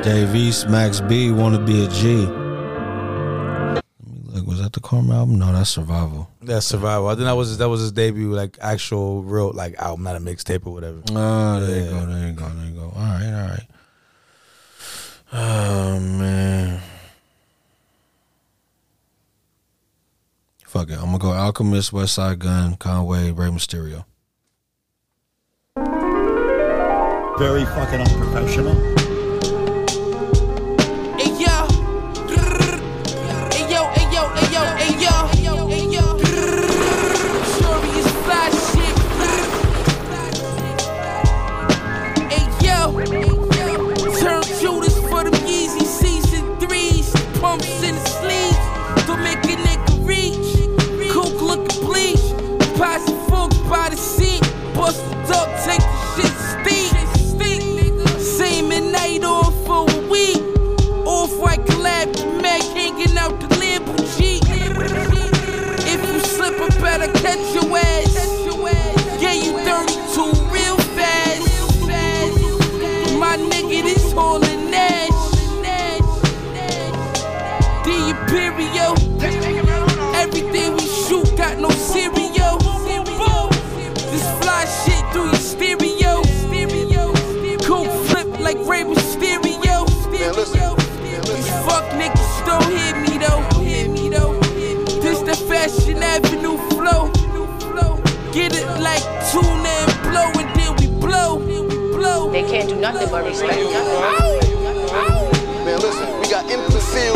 see. Dave East, Max B, wanna be a G. Let me look. Was that the Karma album? No, that's Survival. That's survival. I think that was that was his debut, like actual real like album, not a mixtape or whatever. Oh, there you go, there you go, there you go. All right, all right. Oh man. Fuck it. I'm gonna go Alchemist, West Side Gun, Conway, Ray Mysterio. Very fucking unprofessional. Hey yo, hey yo, hey yo, hey yo, hey yo, hey yo, hey yo. Story is fly shit. Hey yo, turn shooters for the Yeezy season threes, pumps in the sleeves to make a nigga reach. Cook looking bleach, posse full by the seat, bust it up, take the shit steep. Same at night off for a week. Off white collab, Mac hanging out the Lamborghini. If you slip, I better catch your ass. Yeah, you 32 real fast. My nigga, this all in Nash. The Imperial. Everything we shoot got no cereal. This fly shit through your stereo. Cool flip like Ray Mysterio. These fuck niggas don't hit me though. Hit me though. This the Fashion Avenue flow. Get it like tune and blow, and then we blow. They can't do nothing but respect. Man, listen, we got imbecile.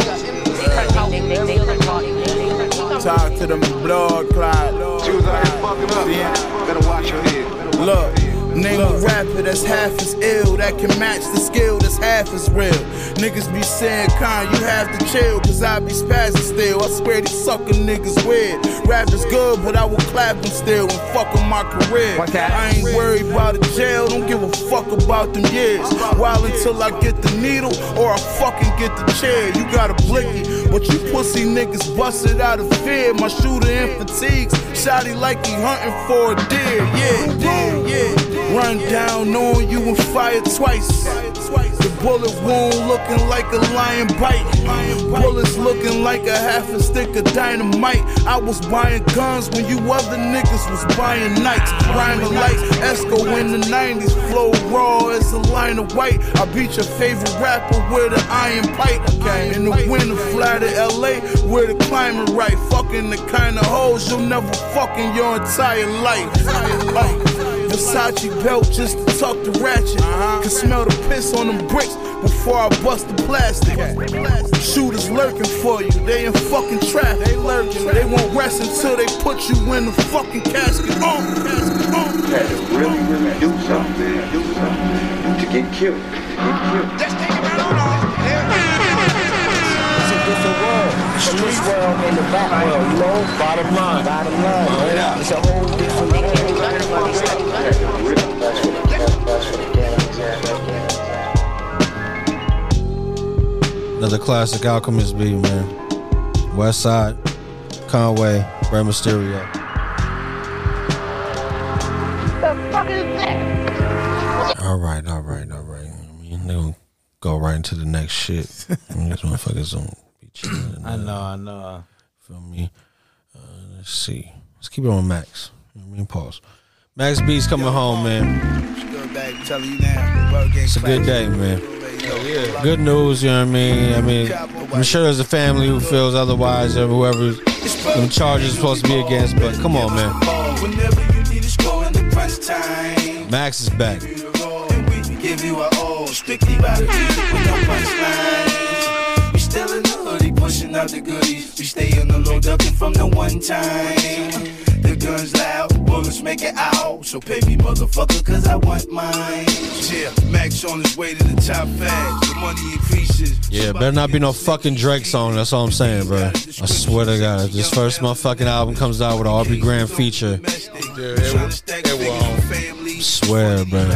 Talk to them blood clot. Jews out here fucking up. Better watch your head. Look. Name a rapper that's half as ill that can match the skill that's half as real. Niggas be saying, Con, you have to chill, cause I be spazzing still. I swear these sucking niggas weird. Rap is good, but I will clap them still and fuck with my career. I ain't worried about the jail, don't give a fuck about them years. While until I get the needle or I fucking get the chair. You got a blicky, but you pussy niggas busted out of fear. My shooter in fatigues, shotty like he hunting for a deer. Yeah, yeah, yeah. Run down on you and fire twice. The bullet wound looking like a lion bite. Bullets looking like a half a stick of dynamite. I was buying guns when you other niggas was buying knights. Rhyming like Esco in the 90s. Flow raw as a line of white. I beat your favorite rapper with an iron pipe. In the winter, fly to LA where the climate right. Fucking the kind of hoes you'll never fuck in your entire life. Uh. Versace belt just to tuck the ratchet. Can smell the piss on them bricks before I bust the plastic. Shooters lurking for you, they in fucking traffic. They lurking, they won't rest until they put you in the fucking casket. Uh. had to really, really do something, do something to get killed. Let's take it right on off. It's a different world. Street world and the rap world, you know? Bottom line. Bottom line. man. It's a whole different world. Another classic Alchemist beat, man. West Side, Conway, Rey Mysterio. The fuck is that? All right, all right, all right. I mean, they gonna go right into the next shit. I mean, these motherfuckers don't be chilling. I know, I know. Feel me? Uh, let's see. Let's keep it on Max. I mean, pause. Max B's coming home, man. Back telling you now. Work ain't It's a good day, man. Good news, you know what I mean? I mean, I'm sure there's a family who feels otherwise or whoever the charges are supposed to be against, but come on, man. Whenever you need a score in the crunch time, Max is back. we give you our all. Strictly by the music with no punchlines. We still in the hoodie, pushing out the goodies. We stay on the low, ducking from the one time. The guns loud, bullets make it out. So pay me, motherfucker, cause I want mine. Yeah, Max on his way to the top fast. The money increases. Yeah, better not be no fucking Drake song. That's all I'm saying, bro. I swear to God, if this first motherfucking album comes out with an Aubrey Graham feature, swear, bro.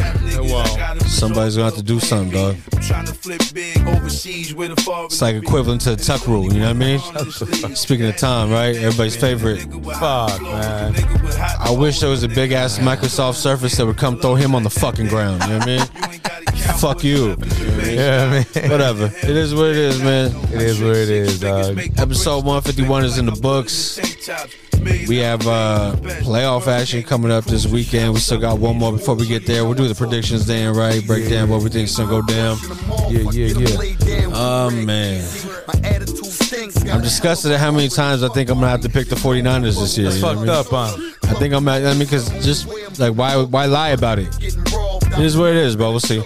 Somebody's gonna have to do something, dog. Trying to flip big overseas with a foreign It's like equivalent to the Tuck Rule, you know what I mean? (laughs) Speaking of time, right? Everybody's favorite. Fuck, man. I wish there was a big ass Microsoft Surface that would come throw him on the fucking ground, you know what I mean? (laughs) Fuck you. Yeah, man. (laughs) Whatever. It is what it is, man. It is what it is, dog. Episode 151 is in the books. We have uh, playoff action coming up this weekend. We still got one more before we get there. We'll do the predictions then, right? Break down what we think's gonna go down. Yeah, yeah, yeah. Oh man. I'm disgusted at how many times I think I'm gonna have to pick the 49ers this year. That's you know fucked what I mean? up, huh? I think I'm at. I mean, because just like why why lie about it? It is what it is, bro. We'll see.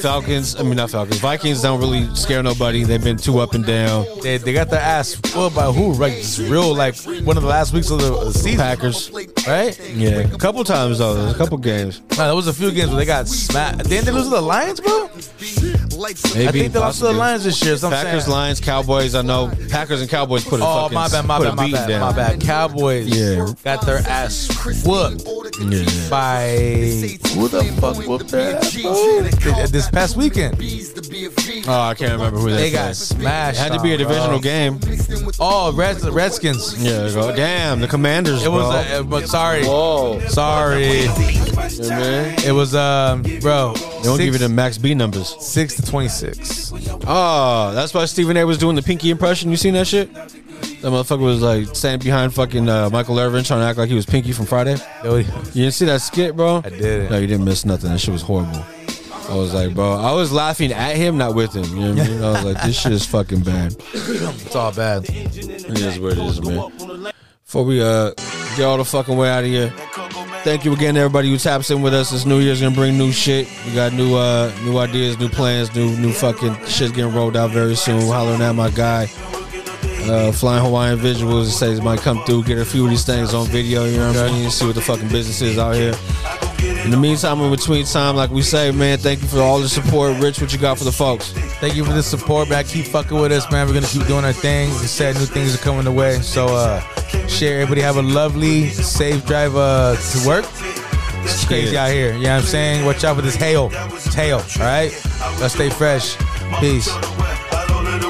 Falcons, I mean not Falcons. Vikings don't really scare nobody. They've been too up and down. They, they got their ass pulled by who? Like it's real, like one of the last weeks of the of the season. Packers, right? Yeah, a couple times though. There's a couple games. Nah, there was a few games where they got smacked. Didn't they lose to the Lions, bro? Maybe I think they lost to the possibly. Lions this year. So I'm Packers, saying. Lions, Cowboys. I know Packers and Cowboys put a Oh, fucking my bad, my put bad, a my beating bad, down. my bad. Cowboys Yeah. got their ass whooped Yeah. by who the fuck whooped their ass? bro? Th- This past weekend, Oh, I can't remember who that they got was. smashed. Had to be a on, bro. divisional game. Oh, Reds, Redskins. Yeah, there you go. damn the Commanders. It was, bro. uh, but sorry. Whoa. Sorry. It was, um, bro. They don't give you the max B numbers. Six to twenty-six. Oh, that's why Stephen A. was doing the pinky impression. You seen that shit? That motherfucker was like standing behind fucking uh, Michael Irvin trying to act like he was Pinky from Friday. You didn't see that skit, bro? I did. No, you didn't miss nothing. That shit was horrible. I was like, bro, I was laughing at him, not with him. You know what I mean? I was like, this shit is fucking bad. it's all bad. It is what it is, man. Before we uh get all the fucking way out of here, thank you again to everybody who taps in with us. This New Year's gonna bring new shit. We got new uh new ideas, new plans, new new fucking shit getting rolled out very soon. Hollering at my guy. Uh, flying Hawaiian visuals He says might come through, get a few of these things on video, you know what I mean? See what the fucking business is out here. In the meantime, in between time, like we say, man, thank you for all the support. Rich, what you got for the folks? Thank you for the support, man. Keep fucking with us, man. We're gonna keep doing our thing. We said new things are coming the way. So uh share everybody have a lovely, safe drive uh to work. It's crazy out here. You know what I'm saying? Watch out for this hail. It's hail. Alright? Let's stay fresh. Peace.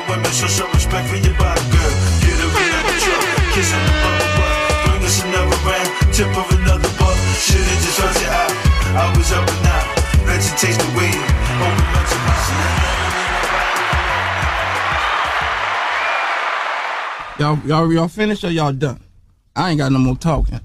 women, show some respect for your body, girl. Get a real out the truck, kissing the bubble butt. Bring us another round, tip of another buck. Should've just hurt your eye. I was up and out, let you taste the weed. Oh, Y'all, y'all, y'all finished or y'all done? I ain't got no more talking.